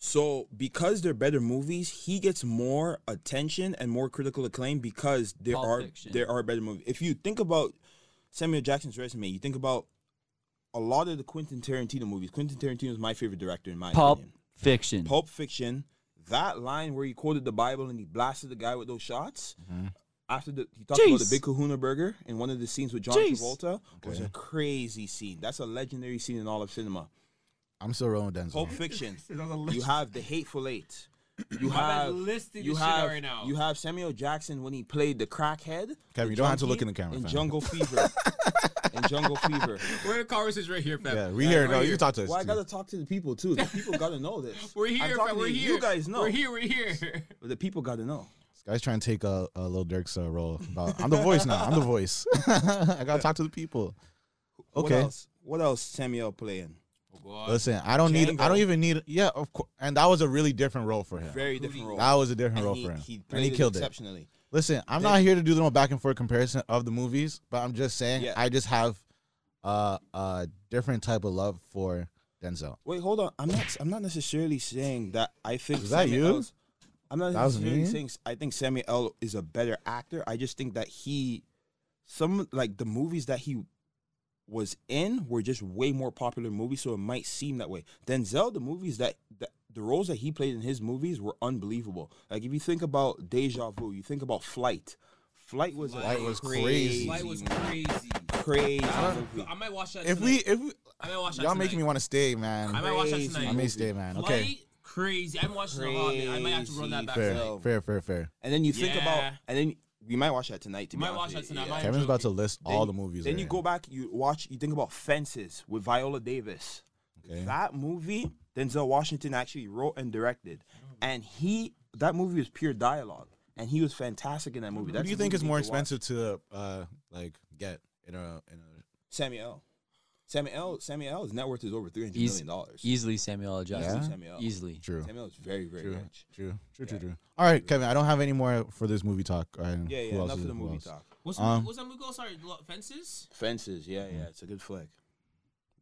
So because they're better movies, he gets more attention and more critical acclaim because there
Pulp
are
Fiction.
there are better movies. If you think about Samuel Jackson's resume, you think about a lot of the Quentin Tarantino movies. Quentin Tarantino is my favorite director in my
Pulp
opinion.
Fiction.
Pulp Fiction. That line where he quoted the Bible and he blasted the guy with those shots. After the, he talked about the
Jeez.
Big Kahuna Burger in one of the scenes with John
Jeez.
Travolta was a crazy scene. That's a legendary scene in all of cinema.
I'm still rolling with Denzel.
Pulp Fiction.
on the
you have the Hateful Eight. You
My man's
have
listing
you
this shit out
have
right now.
you have Samuel Jackson when he played the crackhead.
Kevin,
the
you don't have to look
junkie,
in the camera,
In
fam.
Jungle Fever. in Jungle Fever.
We're in conversations right here, fam.
yeah, we here.
We're
No, you can talk to us.
Well, I
too.
gotta talk to the people too. The people gotta know this.
We're
I'm
here,
talking
fam. We're
to
here.
you. You guys know.
We're here. We're here.
But the people gotta know.
This guy's trying to take a, a little Dirk's uh, role. About, I'm the voice now. I'm the voice. I gotta talk to the people.
What
Okay.
else? What else Samuel playing?
Oh, God.
Listen, I don't need. I
Django.
don't even need. Yeah, of course. And that was a really different role for him.
Very different role.
That was a different
And
role
he,
for him,
he played
and he
it
killed it.
exceptionally.
Listen, I'm not here to do the no back and forth comparison of the movies, but I'm just saying
Yeah.
I just have uh, a different type of love for Denzel.
Wait, hold on. I'm not. I'm not necessarily saying that. I think
Was that
Samuel
you?
L's- I'm not
That was
necessarily
me?
saying. I think Samuel L. is a better actor. I just think that he, some like the movies that he was in were just way more popular movies, so it might seem that way. Denzel, the movies that, that the roles that he played in his movies were unbelievable. Like if you think about Deja Vu, you think about Flight. Flight was a
Flight was crazy.
Flight was crazy.
crazy. movie.
I might watch that.
If we,
tonight.
if we,
I might watch that.
y'all
tonight.
making me want to stay, man.
I might watch that
Crazy.
tonight.
I may stay, man.
Flight,
Okay,
crazy. I'm watching the Hobbit. I might have to run that back.
fair,
tonight.
film.
fair, fair, fair.
And then you think about,
Yeah.
and then we might watch that tonight. To
Might
be honest
watch
with
that
you.
tonight. Might-
Kevin's about to list all the movies.
Then
they're
you
in.
go back, you watch, you think about Fences with Viola Davis.
Okay.
That movie, Denzel Washington actually wrote and directed, and he that movie was pure dialogue, and he was fantastic in that movie.
Who
That's
do you
a
think
movie
is more
need to watch.
expensive to uh like get in a in a
Samuel. L. Samuel L. Samuel L's net worth is over three hundred
He's-
million dollars.
Easily Samuel L. Jackson.
Samuel L.
Easily.
true?
Samuel L. is very very
True,
rich.
true, true, true, true. All right, Kevin, I don't have any more for this movie talk. All right,
Yeah, yeah.
who else
enough
is-
of the
who
movie
else?
talk.
What's,
Um,
what's that movie called? Sorry, Lo- Fences?
Fences. Yeah, yeah. It's a good flick.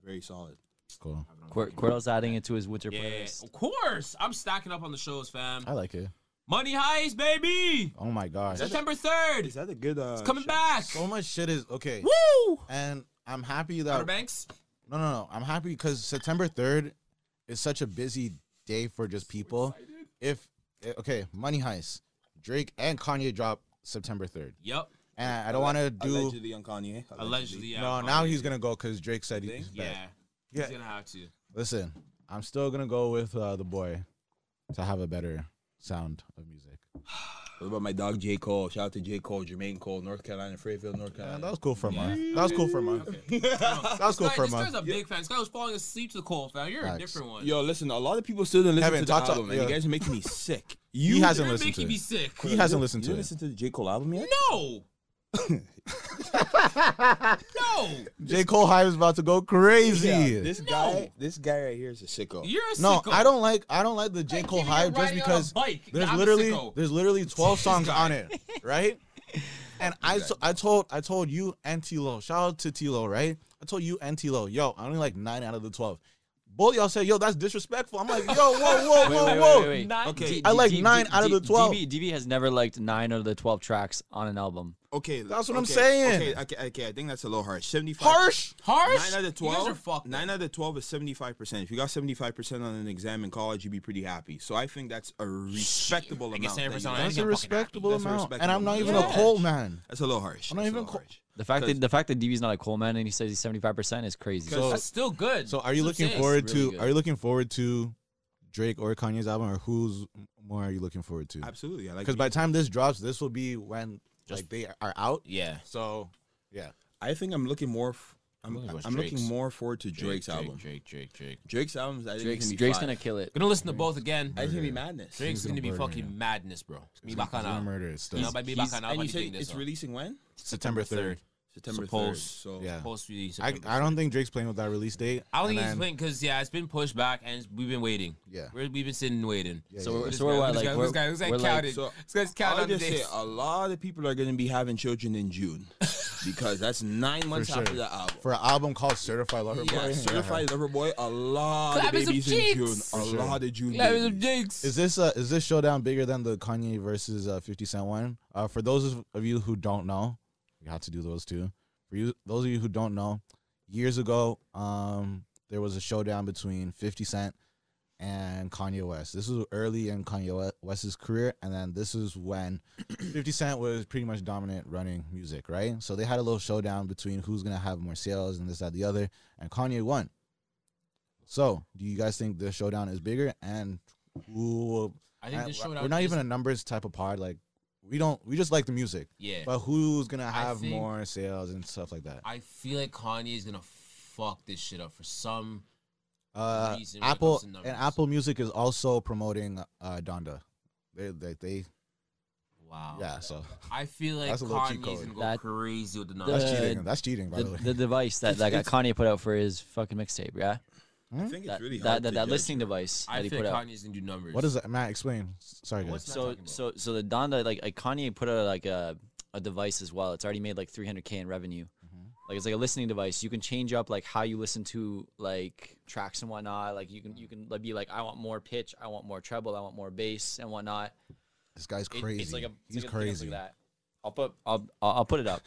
Very solid.
Cool.
Cor- Cordell's adding it to his winter
Yeah,
playlist.
of course. I'm stacking up on the shows, fam.
I like it.
Money Heist, baby.
Oh my gosh,
September
Is
3rd.
that a good? Uh,
Coming
shout?
back.
so much shit is okay.
Woo!
And I'm happy that
Outer Banks.
No, no, no. I'm happy because September 3rd is such a busy day for just people. If eh, okay, Money Heist, Drake and Kanye drop September 3rd,
Yep.
and I, I don't want to do.
allegedly on Kanye.
Allegedly, yeah.
no, now he's gonna go because Drake said he- he's
Think?
back.
Yeah.
Yeah.
He's gonna have to.
Listen, I'm still gonna go with uh, the boy to have a better sound of music.
What about my dog J Cole? Shout out to J Cole, Jermaine Cole, North Carolina, Fayetteville, North
Yeah,
Carolina.
that was cool for a month. That was cool for a month. That was cool
This guy-
for a
this guy's
month.
a big fan. This guy was falling asleep to the Cole fan. You're a
Facts.
different one.
Yo, listen, a lot of people still didn't listen
Kevin,
to the
talk to-
album, and
yeah.
you guys are making me sick.
He hasn't
You're
listened to
making me
it.
sick.
He hasn't listened
you
to it.
listen to the J Cole album yet?
No. No,
J. Cole hype is about to go crazy.
Yeah, this guy, this guy right here is a sicko.
you're a
no,
sicko.
I don't like I don't like the J.
Like,
Cole
even
hype just
riding on a
because
bike,
there's
I'm a
literally
sicko.
there's literally twelve songs
guy.
on it, right? And I so, I told I told you and Tilo, shout out to Tilo, right? I told you and Tilo, yo, I only like nine out of the twelve. Both y'all said, yo, that's disrespectful. I'm like, yo, whoa, whoa, whoa, whoa.
Nine-
Okay.
I like nine out of the 12.
DB, DB has never liked nine out of the 12 tracks on an album.
Okay,
That's what I'm
okay,
saying.
Okay, okay, okay, I think that's a little harsh. Seventy-five.
Harsh.
harsh.
Nine out of
You guys are
twelve.
fucked.
Nine out of twelve is seventy-five percent. If you got seventy-five percent on an exam in college, you'd be pretty happy. So I think that's a respectable
I
amount.
guess
that you
70%
got.
I
That's
think
a
I'm fucking
respectable
happy. That's a
amount.
respectable
and I'm not
amount.
even
Yeah.
a Cole man.
That's a little harsh.
I'm not
That's a
even
little
co-
harsh.
The fact
Because-
that the fact that DB's not a Coleman and he says he's 75% is crazy.
Because-
That's still good.
So are you
That's
looking
it.
forward
really
to
good.
are you looking forward to Drake or Kanye's album or who's more are you looking forward to?
Absolutely, I like.
Because by the time this drops, this will be when
Just-
like they are out.
Yeah.
So yeah.
I think I'm looking more. F- I'm,
Looking
I'm,
towards
looking
Drake's.
more forward to
Drake,
Drake's album.
Drake, Drake, Drake.
Drake's album's. I think
Drake's,
it's gonna be
Drake's
five.
gonna kill it.
Gonna listen to both again.
I think it's gonna be madness.
Drake's
He's
gonna be
gonna burn
fucking
it.
madness, bro. It's gonna be
It's gonna
bacchanal.
murder it still.
No, but be
He's-
bacchanal.
and you
but
say
doing this
it's
one.
releasing when?
September third.
September third.
Suppose.
So
Yeah.
Supposed to be
I,
September.
I don't think Drake's playing with that release date.
I
And
don't think he's
then-
playing because yeah, it's been pushed back and it's- we've been waiting.
Yeah.
We're, we've been sitting and waiting.
Yeah,
So
yeah,
we're,
yeah.
so we're what,
This
like,
guy-
we're,
this guy- this guy
we're like-
counted.
So
This guy's counting
I'll
on
just
days.
say a lot of people are going to be having children in June because that's nine months
sure.
after the album.
for an album called Certified Lover Boy.
yeah, certified lover boy. A lot
Clap
of
is some
babies in June.
cheeks.
A
For sure.
lot of June.
Clap is some
babies.
cheeks.
Is this uh, is this showdown bigger than the Kanye versus uh, 50 Cent one? Uh, for those of- of you who don't know, you have to do those two. For you, those of you who don't know, years ago, um, there was a showdown between 50 Cent and Kanye West. This was early in Kanye We- West's career, and then this is when 50 Cent was pretty much dominant running music, right? So they had a little showdown between who's gonna have more sales and this, that, the other, and Kanye won. So, do you guys think this showdown is bigger, and who will
I think
I-
this showdown.
we're not
is-
even a numbers type of pod. Like we don't we just like the music.
Yeah.
But who's gonna have
think-
more sales and stuff like that?
I feel like Kanye is gonna fuck this shit up for some.
Uh,
reason when it
Apple
comes to
and
numbers.
Apple Music is also promoting uh, Donda. They they, they
Wow.
yeah. So
I feel like
That's a little cheat
Kanye's
code.
gonna go
That-
crazy with the
that's
numbers.
Uh,
cheating. That's cheating, by
the,
the way.
the device that, that Kanye put out for his fucking mixtape, yeah?
I think it's
That,
really
that,
hard.
that,
to
that
judge.
listening device
I
that he
feel
put
like
out.
Kanye's gonna do numbers.
What is that? Matt, explain. S- Sorry,
What's
guys.
not
so
talking about.
so so the Donda like, like Kanye put out like a a device as well. It's already made like 300k in revenue.
Mm-hmm.
Like it's like a listening device. You can change up like how you listen to like tracks and whatnot. Like you can you can like, be like I want more pitch, I want more treble, I want more bass and whatnot.
This guy's
It-
crazy.
it's like a-
He's
like a thing up
crazy.
Like that. I'll put I'll, I'll I'll put it up.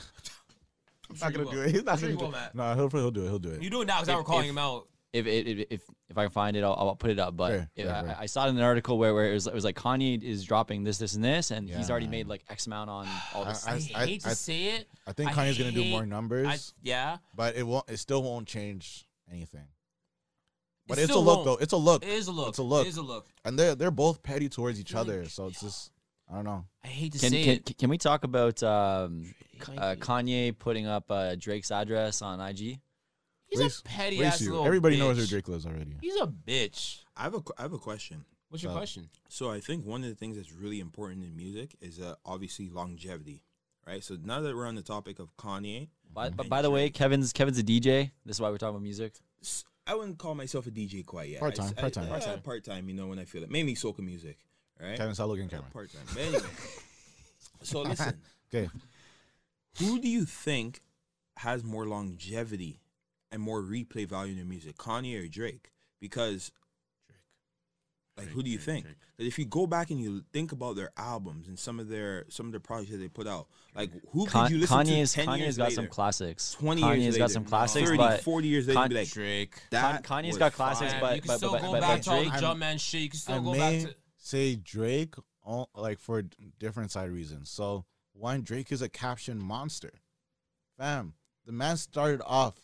He's
sure
not
he
gonna do
will.
it. He's
I'm
not
sure
gonna
he
do
will,
it.
Matt.
No, he'll he'll do it. He'll do
You
it.
do it now because now we're calling
if-
him out.
if it, if if if I can find it, I'll, I'll put it up. But
Sure,
it-
sure,
I,
sure.
I saw it in an article where, where it was it was like Kanye is dropping this this and this, and he's
Yeah,
already
man.
made like X amount on all this.
I-
I,
I-
hate to
I-
say it.
I think
I
Kanye's gonna do
hate-
more numbers,
I, yeah.
but it won't. It still won't change anything. But
It
it's a
still
look
won't.
though. It's a look.
It is a look.
It's a look.
It is a look.
and they're they're both petty towards each
Like,
other. So it's just I don't know.
I hate to
can,
say
can,
it.
can we talk about um,
Kanye.
uh, Kanye putting up uh, Drake's address on IG?
He's
Race-
a petty
Race
ass
you.
little.
Everybody
bitch.
knows who Drake lives already.
He's a bitch.
I have a qu- I have a question.
What's your
Uh,
question?
So I think one of the things that's really important in music is uh, obviously longevity, right? So now that we're on the topic of Kanye,
By, but
And
by the way, Kevin's Kevin's a DJ. This is why we're talking about music.
s- I wouldn't call myself a DJ quite yet.
Part-time,
part
part-time.
time, part time. You know when I feel it, mainly soca music, right?
Kevin, stop looking at camera.
Part time. But anyway, so listen,
Okay,
who do you think has more longevity and more replay value in their music, Kanye or Drake? Because like, who do you think? That if you go back and you think about their albums and some of their some of the projects that they put out, like who
Kan-
could you listen
Kanye's
to? 10
Kanye's
years
got
later?
some classics.
20
Kanye's
years
got
later,
some classics,
30,
but
40 years later,
Kan-
you'd be like,
Drake.
that
Kanye's
was
got classics,
fire.
but-
you can still
but-
go
but-
back
but
to all the
Drake-
Jumpman shit. You can still
I
go back
may
to.
say Drake, all, like for d- different side reasons. So one, Drake is a caption monster. Fam, the man started off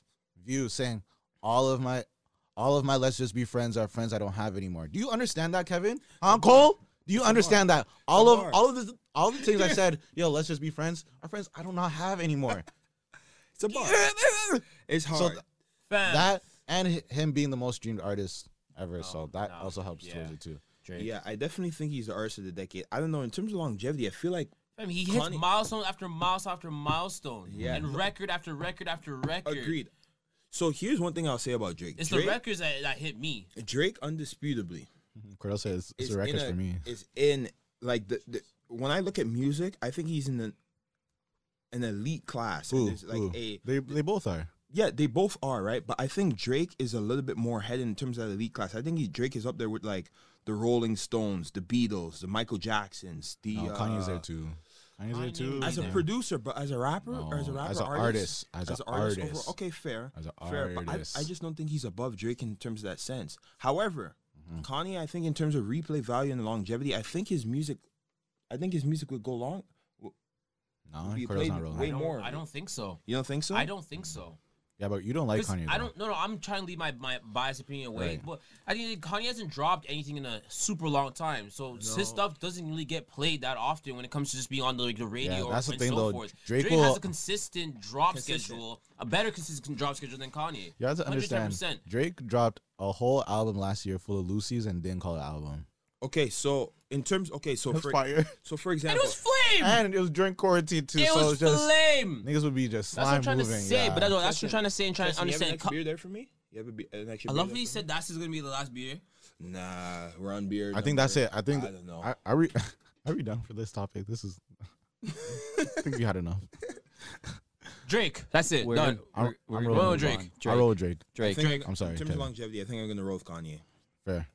view saying, "All of my, all of my, let's just be friends are friends I don't have anymore." Do you understand that, Kevin? Huh, Cole? Do you understand that? All of
bar.
all of the all the things I said, yo, let's just be friends, are friends I do not have anymore.
It's a bar. It's hard.
So th-
Fam.
that and hi- him being the most streamed artist ever, so that also helps
yeah.
towards it too.
Drake.
yeah, I definitely think he's the artist of the decade. I don't know in terms of longevity. I feel like
Fam, he hits
Connie-
milestone after milestone after milestone,
Yeah.
and record after record after record.
Agreed. So here's one thing I'll say about Drake.
It's
Drake,
the records that, that hit me.
Drake undisputably
Cordell says it's,
is
a record
in
for me.
Is in like the, the when I look at music, I think he's in an an elite class. and
Ooh,
there's like
ooh.
a
they they both are.
yeah, they both are right, but I think Drake is a little bit more ahead in terms of elite class. I think he, Drake is up there with like the Rolling Stones, the Beatles, the Michael Jacksons, the
No,
uh,
Kanye's there too. Kanye's there
Kanye
too.
as a
Yeah.
producer, but as a rapper or Oh, as a
No,
rapper
as an
artist,
artist, as
as
an
an artist,
artist.
overall. okay, fair,
As an
fair. But I,
artist.
I just don't think he's above Drake in terms of that sense. However, Kanye, I think in terms of replay value and longevity, I think his music, I think his music would go long.
no,
we
Cordell's
played
not rolling.
way
I don't,
more.
I don't think so.
You don't think so?
I don't think so.
Yeah, but you don't like
'Cause
Kanye.
I
though.
don't. No, no. I'm trying to leave my, my biased opinion away.
Right.
But I think Kanye hasn't dropped anything in a super long time, so his stuff doesn't really get played that often when it comes to just being on the, like, the radio
Yeah,
or
that's the
and
thing,
so
though.
forth.
Drake
Drake,
will-
has a consistent drop
Consistent.
schedule, a better consistent drop schedule than Kanye.
You have to understand.
110%.
Drake dropped a whole album last year full of Lucy's and didn't call it an album.
okay, so in terms, okay, so for
fire.
so for
It
example,
was flame.
and it was during quarantine too,
it
so
was
it's just
flame.
niggas would be just
That's what I'm
slime
trying
moving.
to say.
yeah.
But that's what, that's what I'm trying to say and trying to
Justin, you have an
understand.
extra beer there for me. You have a be- an extra
I
beer
love
there
that he
for
said that's is gonna be the last beer.
me? Nah, we're on beer.
I think that's it.
number-
I think
I don't know.
I, are we are we done for this topic? This is. I think we had enough.
Drake. That's it.
We're
Done.
gonna-
I'm,
We're- we're
I'm
gonna
rolling
roll
with
Drake.
Vaughn. I
Drake.
roll with Drake.
Drake.
Drake.
I'm sorry,
In terms
Kevin.
of longevity, I think I'm gonna roll with Kanye.
Fair.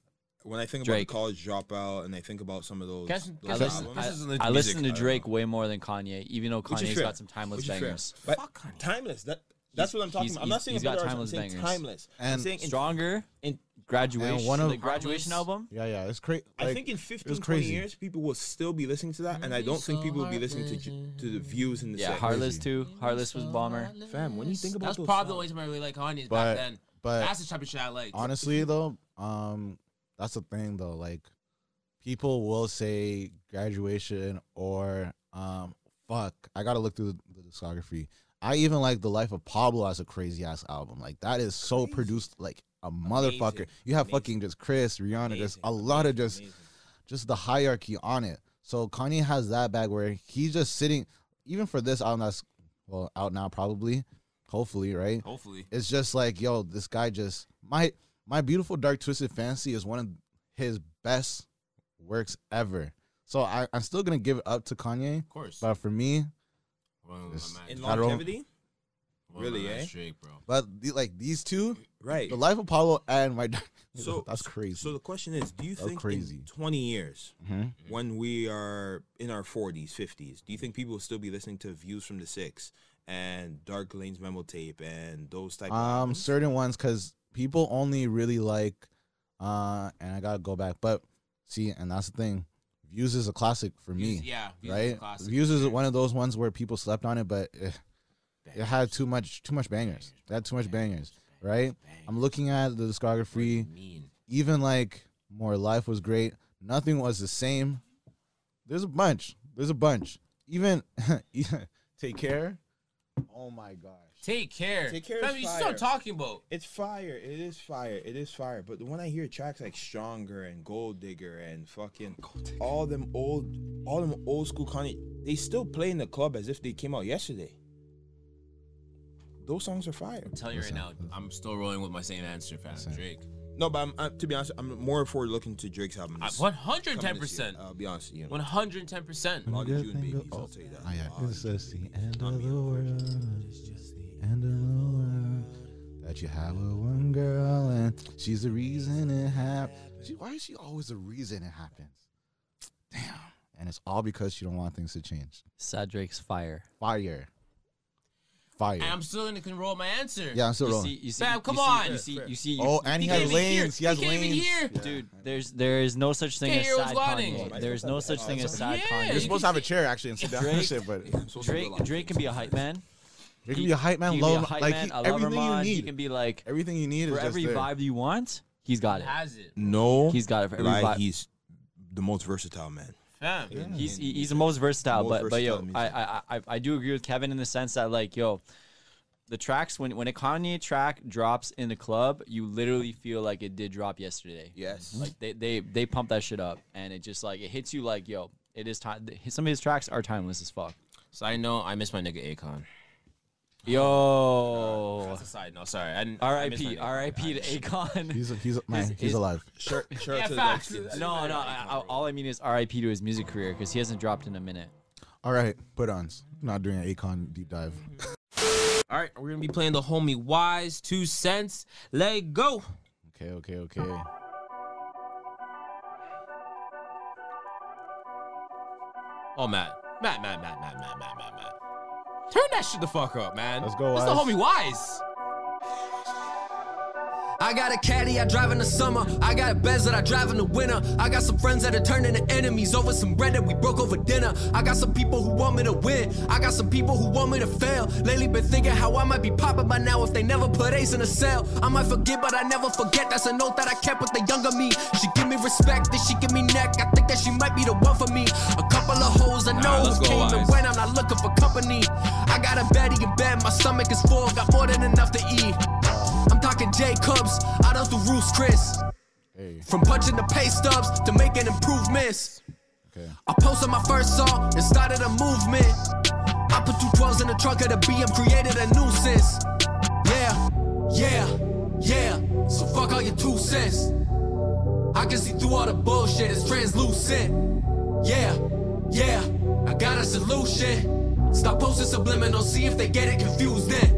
When I think
Drake.
about college dropout and I think about some of those,
Guess-
I
those
guess-
listen,
albums,
This
I,
isn't the
I
music,
listen
I
to
don't
Drake way more than Kanye, even though
Which is
Kanye's
fair.
got some timeless
Which is fair.
bangers.
But
Fuck Kanye.
timeless. That that's what I'm talking
he's-
about. I'm not saying
he's
about
got
ours,
timeless
I'm saying
bangers.
timeless. I'm
And
saying in-
Stronger
in-
graduation.
And one of-
the graduation
Harmless.
album.
Yeah, yeah. It's crazy.
I think in 15, 20
crazy.
years, people will still be listening to that, and I don't think people will be listening to ju- to the views and the
Yeah,
set.
Heartless too. Heartless was bomber.
Fam, when you think about
That's
those songs-
probably the only time I really like Kanye's
But-
back then.
but-
that's the type of shit I like.
honestly though, um, that's the thing though. Like, people will say graduation or um, fuck. I gotta look through the, the discography. I even like the life of Pablo as a crazy ass album. Like that is so produced like a motherfucker.
Amazing.
You have
Amazing.
fucking just Chris, Rihanna, just a
Amazing,
lot of
amazing,
just
amazing.
just the hierarchy on it. So Kanye has that bag where he's just sitting, even for this album that's well out now probably, hopefully, right?
Hopefully.
It's just like, yo, this guy just my my beautiful dark twisted fantasy is one of his best works ever. So I, I'm still gonna give it up to Kanye,
Of course.
but for me,
Well,
Yes.
imagine-
in
I don't-
longevity,
well,
really,
imagine
eh?
Drake, bro.
but the, like these two,
right?
the life of Paulo and my
So
that's crazy.
So the question is, do you
That's
think
crazy.
in 20 years,
Mhm.
Mm-hmm.
when we are in our 40s, 50s, do you think people will still be listening to Views from the Six and Dark Lanes memo tape and those type? of
Um,
albums?
certain ones because people only really like, uh, and I gotta go back, but see, and that's the thing. Views is a classic for
Views-
me,
yeah. Views is a
right?
classic,
Views
for
is
sure.
one of those ones where people slept on it, but eh, it had too much, too much bangers. It had too much bangers, right? I'm looking at the discography.
mean.
Even like more life was great. Nothing was the same. There's a bunch. There's a bunch. Even e, take care. Oh my gosh.
Take care.
Take Care is
Fam, you see what
fire.
I'm talking about?
It's fire. It is fire. It is fire. But when I hear tracks like Stronger and Gold Digger and fucking all them old, all them old school Kanye, they still play in the club as if they came out yesterday. Those songs are fire.
I'm telling you right now, I'm still rolling with my same answer, fam. Drake.
No, but I'm, i to be honest, I'm more forward looking to Drake's album.
I-
this- coming this year.
110%.
I'll be honest, you know.
110%.
All the
Good
June
thing
babies,
go-
I'll
oh.
tell you that.
Oh, yeah.
All
It's
the
just
June
the
babies.
end
Not
of
me,
the world. End of the world. That you have a one girl and she's the reason it happened. She, why is she always the reason it happens? Damn. And it's all because she don't want things to change.
Sad Drake's fire.
Fire. Fire.
And I'm still in the control of my answer.
yeah, I'm still
You
wrong.
see, you see,
Fam,
you
come
see-
on.
You see, you see, you
oh, and he,
He
has
can't even hear.
lanes. He has
He can't
lanes.
even hear.
dude, there's there is no such thing
Can't
as
hear what's
sad
going
Kanye.
on.
There is no such thing as sad
Yeah,
You're
you
Kanye.
can
supposed to have a chair actually and sit down and
Drake-
shit, but
Drake Drake can be a hype man.
Drake can be a hype man,
He can be a
love
hype
like
man,
he-
a lover
everything you
man. He
need.
can be like
everything you need is
for
just
every
there.
vibe you want, he's got it.
Has it.
No,
He's got it for every
lie,
vibe.
he's the most versatile man.
Fam.
He's he- he's the most versatile,
Most
but but yo,
versatile
I, I I I do agree with Kevin in the sense that like yo, the tracks when when a Kanye track drops in the club, you literally feel like it did drop yesterday.
Yes.
Like they they they pump that shit up, and it just like it hits you like yo, It is time. Some of his tracks are timeless as fuck.
Side note, I miss my nigga Akon.
Yo.
That's a side note. Sorry. I didn't, Oh, I miss my
R.I.P.
nigga.
R.I.P. to Akon.
He's he's man,
His-
he's
his-
alive.
Sure, sure.
Yeah,
to the
facts.
Redskins.
No, no. I, I- all I mean is R.I.P. to his music career because he hasn't dropped in a minute.
All right, put ons. Not doing an Akon deep dive.
All right, we're gonna be playing the homie Wise Two Cents. Let go.
Okay, okay, okay.
Oh, Matt. Matt, Matt, Matt, Matt, Matt, Matt, Matt, Matt. Turn that shit the fuck up, man.
Let's go,
This the
Wise.
homie Wise.
I got a caddy I drive in the summer. I got a Benz that I drive in the winter. I got some friends that are turning to enemies over some bread that we broke over dinner. I got some people who want me to win. I got some people who want me to fail. Lately been thinking how I might be popping by now if they never put ace in a cell. I might forget, but I never forget. That's a note that I kept with the younger me. She give me respect, then she give me neck. I think that she might be the one for me. A couple of hoes I know
let's
who
go,
came and
Wise.
went. I'm not looking for company. I got a baddie in bed, my stomach is full, got more than enough to eat. I'm talking Jacobs, I don't do Roost Chris.
Hey,
From punching the pay stubs to making improvements.
okay.
I posted my first song and started a movement. I put two 12s in the trunk of the BM, created a nuisance. Yeah, yeah, yeah. So fuck all your two cents. I can see through all the bullshit, it's translucent. Yeah, yeah, I got a solution. Stop posting subliminal, see if they get it confused then.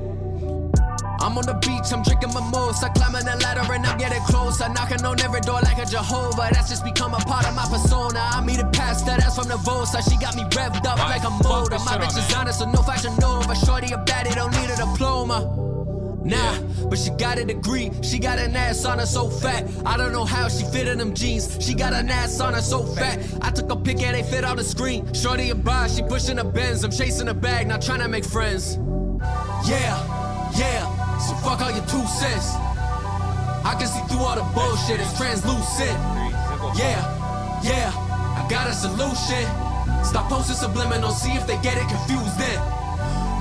I'm on the beach, I'm drinking mimosa, climbing the ladder and I'm getting closer. Knocking on every door like a Jehovah, that's just become a part of my persona. I meet a pastor, that's from the Vosa. She got me revved up like a
fuck
motor.
this
My
shit up,
bitch is
man.
honest, so no fashion nova. Shorty a baddie, don't need a diploma. Nah, but she got a degree. She got an ass on her so fat. I don't know how she fit in them jeans. She got an ass on her so fat. I took a pic and they fit on the screen. Shorty a bar, she pushing a Benz. I'm chasing a bag, not trying to make friends. Yeah, yeah. So fuck all your two cents. I can see through all the bullshit. It's translucent. Yeah, yeah. I got a solution. Stop posting subliminal. See if they get it confused then.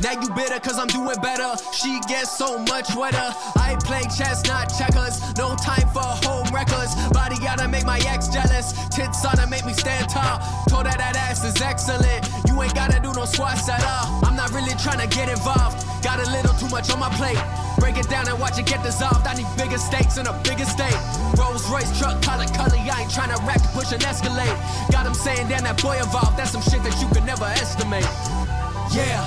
Now you bitter cause I'm doing better. She gets so much wetter. I play chess, not checkers. No time for home wreckers. Body gotta make my ex jealous. Tits on to make me stand tall. Told her that ass is excellent. You ain't gotta do no squats at all. I'm not really tryna get involved. Got a little too much on my plate. Break it down and watch it get dissolved. I need bigger stakes and a bigger stake. Rolls Royce truck, color, color. I ain't tryna rack to push an escalate. Got him saying, damn, that boy evolved. That's some shit that you could never estimate. Yeah,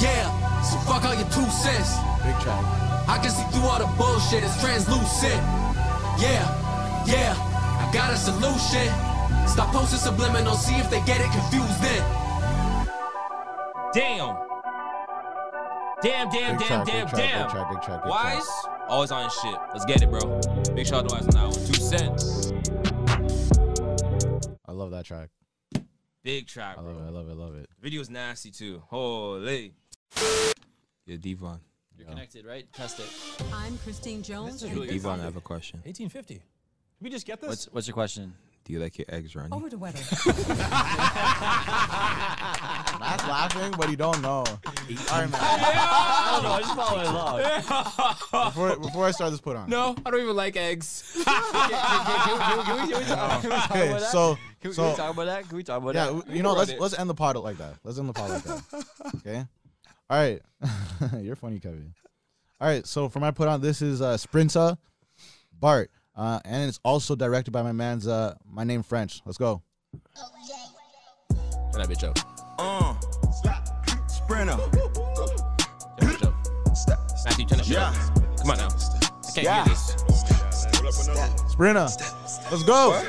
yeah. So fuck all your two cents.
Big track.
I can see through all the bullshit. It's translucent. Yeah, yeah. I got a solution. Stop posting subliminal. See if they get it confused. Then.
Damn. Damn, damn,
Big
damn,
track,
damn,
big track,
damn.
big track, big track, big track.
Wise, always on his shit. Let's get it, bro. Big shout out to Wise on that one. Two cents.
I love that track.
Big track,
I
bro.
love it. I love it. I love it.
Video's nasty too. Holy. Yeah, Devon.
You're connected, right? Test it.
I'm Christine Jones. and this
Devon, I have a question.
1850. Did we just get this?
What's What's your question?
Do you like your eggs runny?
Over to weather.
That's laughing, but you don't know. All right, man.
I don't know. I just follow along.
Before, before I start this, put on.
No, I don't even like eggs.
Okay, so
Can we, can we
so
talk about that? Can we talk about
yeah,
that?
w- you know, let's let's end the pod like that. Let's end the pod like that. Okay. All right. You're funny, Kevin. All right. So for my put on, this is uh, Sprinta Bart, uh, and it's also directed by my man's uh, my name French. Let's go.
Turn that bitch up.
Uh, sprinter.
Turn that bitch up. Matthew, turn that shit up. Come on now. I can't hear this.
Sprinta. Let's go.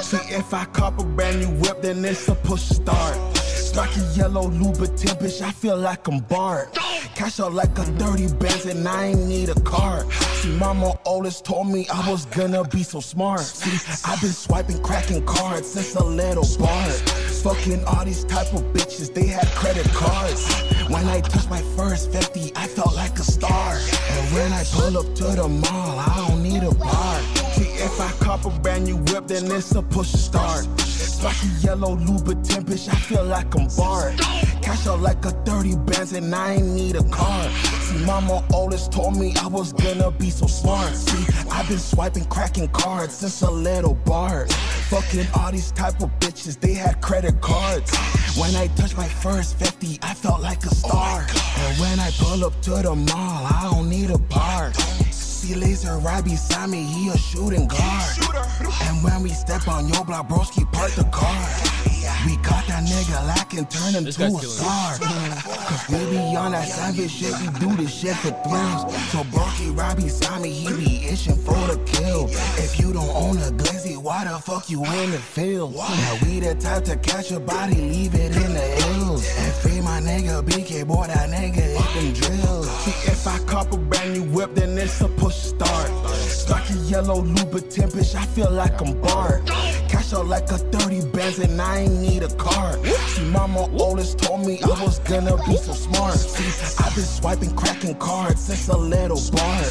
See if I cop a brand new whip, then it's a push start. Stocky yellow Louboutin, bitch, I feel like I'm Bart. Cash out like a dirty Benz and I ain't need a car. See, mama always told me I was gonna be so smart. See, I've been swiping, cracking cards since a little Bart. Fucking all these type of bitches, they had credit cards. When I touched my first 50, I felt like a star. And when I pull up to the mall, I don't need a bar. See, if I cop a brand new whip, then it's a push start. Spicy yellow Louboutin, bitch, I feel like I'm Bart. Cash out like a 30 bands and I ain't need a card. See, mama always told me I was gonna be so smart. See, I've been swiping, cracking cards since a little bar. Fucking all these type of bitches, they had credit cards. When I touched my first 50, I felt like a star. and when I pull up to the mall, I don't need a park. See laser right beside me, he a shooting guard. And when we step on your block, broski park the car. We caught that nigga lacking, turn him
This
to
guy's
a
killing it.
star. Cause we be on that savage shit, we do this shit for thrills. So broski right beside me, he be itching for the kill. If you don't own a glizzy, why the fuck you in the field? Now we the type to catch a body, leave it in the hills. And free my nigga BK, boy, that nigga hit them drills. See, if I cop a brand new whip, then it's a push start. Stocky yellow Louboutin, bitch, I feel like I'm barred. Cash out like a 30 bands and I ain't need a card. See, mama always told me I was gonna be so smart. See, I've been swiping, cracking cards since a little bar.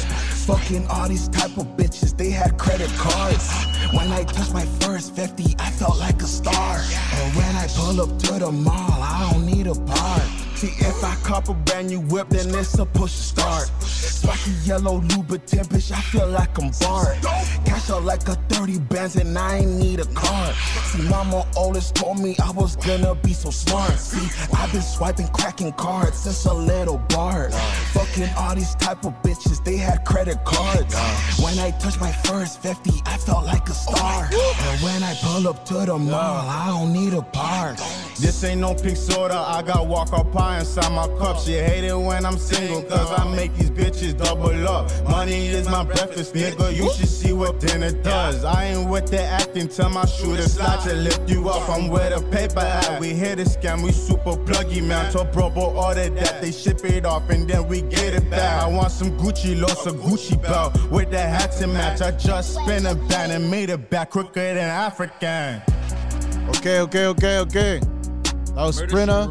Fucking all these type of bitches, they had credit cards. When I touched my first 50, I felt like a star. And when I pull up to the mall, I don't need a park. See, if I cop a brand new whip, then it's a push start. Spiky yellow Louboutin, bitch, I feel like I'm barred. Cash out like a 30 bands and I ain't need a card. See, mama always told me I was gonna be so smart. See, I've been swiping, cracking cards since a little bar. Fucking all these type of bitches, they had credit cards. When I touched my first 50, I felt like a star. And when I pull up to the mall, I don't need a park.
This ain't no pink soda, I got walk up pie inside my cup. She hate it when I'm single, cause I make these bitches double up. Money is my breakfast, nigga, you should see what dinner does. I ain't with the acting, tell my shooter slide to lift you up. I'm where the paper at, we hit a scam, we super pluggy, man. Told bro, boy, order that, they ship it off and then we get it back. I want some Gucci, lost a Gucci belt with the hat to match. I just spin a band and made it back quicker than African.
Okay, okay, okay, okay. That was Sprinter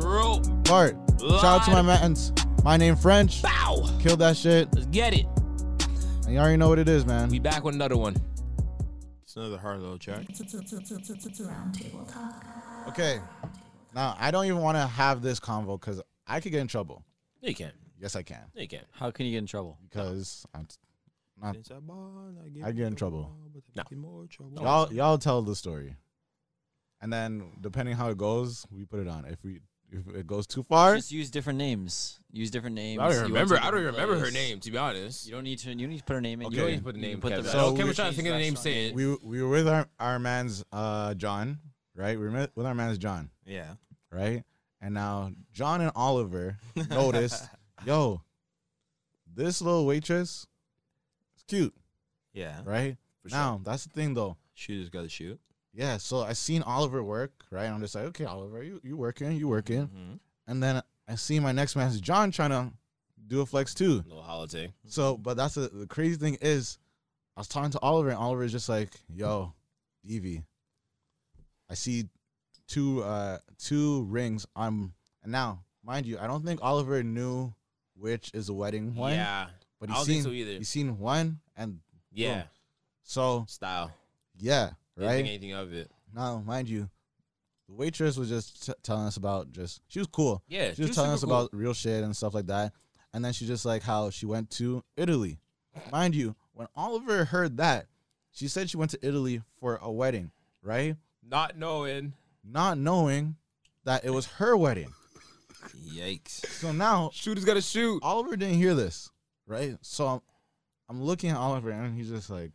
Bart. Shout out to my mans. My name French.
Bow.
Kill that shit.
Let's get it.
And you already know what it is, man.
We back with another one.
It's another hard little track.
Roundtable talk.
Okay. Now I don't even want to have this convo because I could get in trouble.
No, you can't.
Yes, I can
No, you can't.
How can you get in trouble?
because I'm,
Since I born, I get,
I get in trouble.
but
No.
fucking more trouble.
Y'all, y'all tell the story, and then depending how it goes, we put it on. If we if it goes too far,
Just use different names. Use different names.
I
You
don't
want
remember.
to
I don't
put
remember her
place.
name, to be honest.
You don't need to. You need to put her name in.
You don't
Okay.
need to put the
You
name.
put the-
Kevin.
So
So Kevin's
we-
trying to think of the name. Say it.
we we were with our our man's uh John, right? We were met- with our man's John,
Yeah.
right? And now John and Oliver noticed, yo, this little waitress, it's cute,
Yeah.
right?
For sure.
Now that's the thing though.
Shooters got to shoot.
Yeah, so I seen Oliver work, right? I'm just like, okay, Oliver, you, you working, you working.
Mm-hmm.
And then I see my next man, John, trying to do a flex too.
Little holiday.
So,
Mm-hmm.
but that's the, the crazy thing is, I was talking to Oliver, and Oliver's just like, yo, Evie, I see two uh two rings on. And now, mind you, I don't think Oliver knew which is the wedding one.
Yeah.
but
I
he
don't
seen
think so either.
he seen one, and
Yeah.
so
Style.
yeah,
Didn't think
right.
anything of it.
Now, mind you, the waitress was just t- telling us about just she was cool.
Yeah.
She was telling us about real shit and stuff like that. And then she just like how she went to Italy. Mind you, when Oliver heard that, she said she went to Italy for a wedding, right?
not knowing.
Not knowing that it was her wedding.
Yikes.
So now
Shooter's got to shoot.
Oliver didn't hear this, right? So I'm, I'm looking at Oliver and he's just like,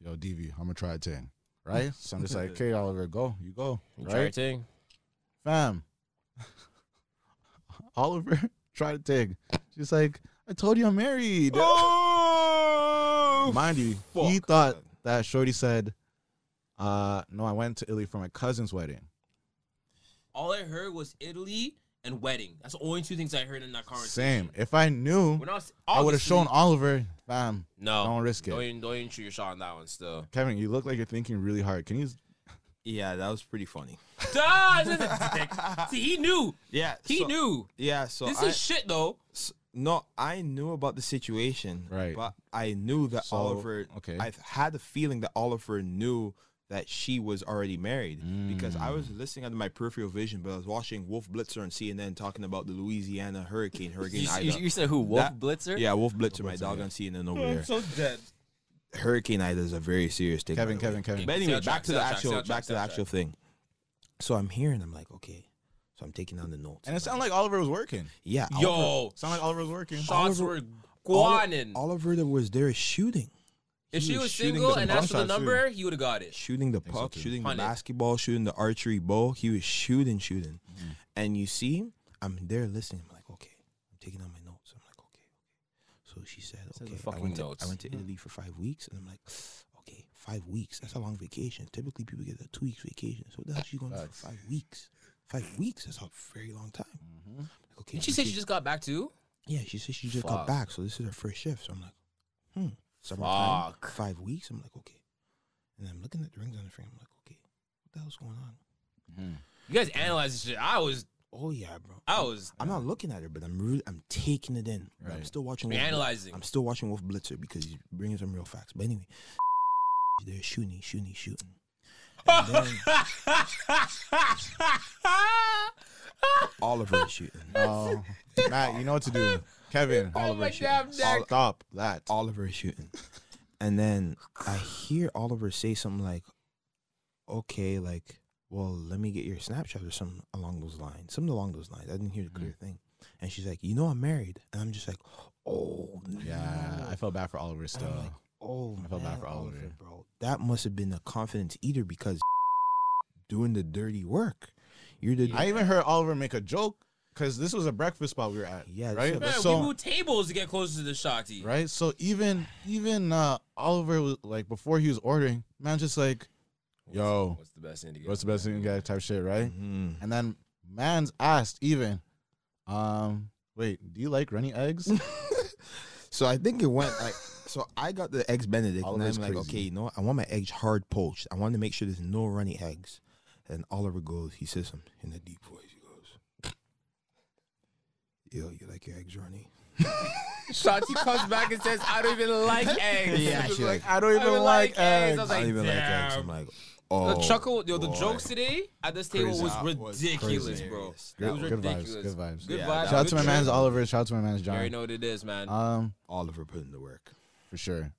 "Yo, DV, I'm gonna try a thing, right?" So I'm just like, "Okay, Oliver, go, you go,
Try your
right,
thing.
fam." Oliver tried to take. She's like, "I told you I'm married."
Oh!
Mind you, he
fuck.
thought that Shorty said, uh, no, I went to Italy for my cousin's wedding.
All I heard was Italy and wedding. That's the only two things I heard in that conversation.
Same. If I knew,
When I, was-
I would have
obviously-
shown Oliver, fam,
No.
Don't risk it.
Don't even, don't even shoot your shot on that one still.
Kevin, you look like you're thinking really hard. Can you?
Yeah, that was pretty funny.
Duh, this is a dick. See, he knew.
Yeah.
He
so-
knew.
Yeah, so
this
I,
is shit, though.
s- no, I knew about the situation,
Right.
But I knew that
So,
Oliver.
okay.
I had the feeling that Oliver knew that she was already married because I was listening under my peripheral vision, but I was watching Wolf Blitzer on CNN talking about the Louisiana hurricane, Hurricane
You,
Ida.
you, you said who? Wolf
That-
Blitzer?
Yeah, Wolf Blitzer, my dog on CNN over here.
Oh, so dead.
Hurricane Ida is a very serious thing.
Kevin,
by the way.
Kevin, Kevin.
But anyway,
Soundtrack,
back to the
soundtrack,
actual,
soundtrack,
back to the
soundtrack.
actual thing. So I'm here and I'm like, okay. So I'm taking down the notes.
And it sounded like Oliver was working.
yeah,
Yo,
Sound like Oliver was working.
shots were
Oliver,
guanin.
Oliver that was there shooting,
If
he
she
was
was
shooting
single
some
and
bomb
asked for the
shots, too.
number, he would have got it.
shooting the puck,
too.
shooting the
Hunted.
basketball, shooting the archery bow. He was shooting, shooting. And you see, I'm there listening. I'm like, okay, I'm taking down my notes. I'm like, okay, okay. So she said,
Said the
okay, I
fucking
went, to, I
notes. Hmm.
went to Italy for five weeks, and I'm like, okay, five weeks. That's a long vacation. Typically, people get a two weeks vacation. So what the hell she going
Facts.
for five weeks? Five weeks. That's a very long time. Like, okay,
Mm-hmm. Didn't she say
okay.
she just got back too?
Yeah, she said she just got
Fuck.
back, so this is her first shift. So I'm like, hmm, summertime,
Fuck.
five weeks. I'm like, okay. And I'm looking at the rings on the frame. I'm like, okay, what the hell's going on?
You guys analyzed this shit. I was,
Oh yeah, bro.
I was
I'm not looking at her, but I'm really, I'm taking it in. But I'm
Right.
still watching.
We're
Wolf Blitzer.
analyzing.
I'm still watching Wolf Blitzer because he's bringing some real facts. But anyway, they're shooting, shooting, shooting. And then Oliver is shooting.
Oh, Matt, you know what to do. Kevin, Oliver
my
shooting.
damn neck.
Stop that.
Oliver is shooting. And then I hear Oliver say something like, okay, like, well, let me get your Snapchat or something along those lines. Something along those lines. I didn't
Mm-hmm.
hear the clear thing. And she's like, you know, I'm married. And I'm just like, oh,
Yeah, I felt bad for Oliver
And I'm
still.
like, oh,
I felt bad
man,
for
Oliver,
Oliver.
bro. That must have been a confidence eater because doing the dirty work. You're the
I even heard Oliver make a joke because this was a breakfast spot we were at.
Yeah, this
right.
is a-
man. we
so
moved tables to get closer to the shotty.
right, so even even uh, Oliver was like before he was ordering, man, just like, yo,
What's the best thing to get?
what's the best thing you got? Type shit, right?
Mhm.
And then man's asked even, um, wait, do you like runny eggs?
So I think it went like so I got the eggs Benedict
Oliver's
and I'm like,
crazy.
okay, you know what? I want my eggs hard poached. I want to make sure there's no runny eggs. And Oliver goes, he says something in a deep voice. He goes, Yo, you like your eggs runny?
Shotty comes back and says, "I don't even like eggs."
Yeah, she like,
I don't even like, eggs.
I was
I
like,
don't even like eggs.
damn.
I'm like, oh,
the chuckle, yo, the
boy.
jokes today at this table was
That was
ridiculous,
crazy.
bro.
Good-
it
good
was
vibes,
ridiculous.
good vibes.
Good
Yeah,
vibes.
Shout out to my
good
man's
joke.
Oliver. Shout out to my man's
You already
John.
know what it is, man.
Um,
Oliver put in the work.
for sure.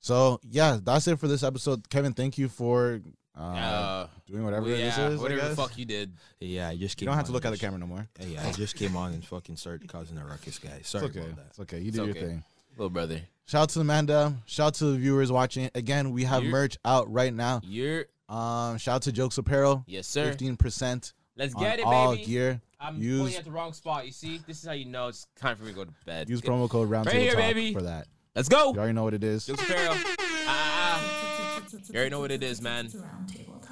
So yeah, that's it for this episode. Kevin, thank you for uh,
Uh,
doing whatever
well,
this
yeah,
is. I
whatever the
guess.
fuck you did.
Yeah, I just
You don't have to look at the camera no more.
Yeah, I just came on and fucking started causing a ruckus, guys.
It's
Sorry
okay.
about that.
It's okay. You did
okay.
your thing.
Little brother.
Shout out to Amanda. Shout out to the viewers watching. Again, we have
You're-
merch out right now.
You're
Um, shout out to Jokes Apparel.
yes, sir.
Fifteen percent
Let's
on
get it,
all
baby.
gear.
I'm pointing
use
at the wrong spot. You see, this is how you know it's time for me to go to bed.
use promo code Roundtable
here,
Talk
baby.
for that.
Let's go.
You already know what it is.
Jokes Apparel. Ah, ah. you ah. already know what it is, man.
Roundtable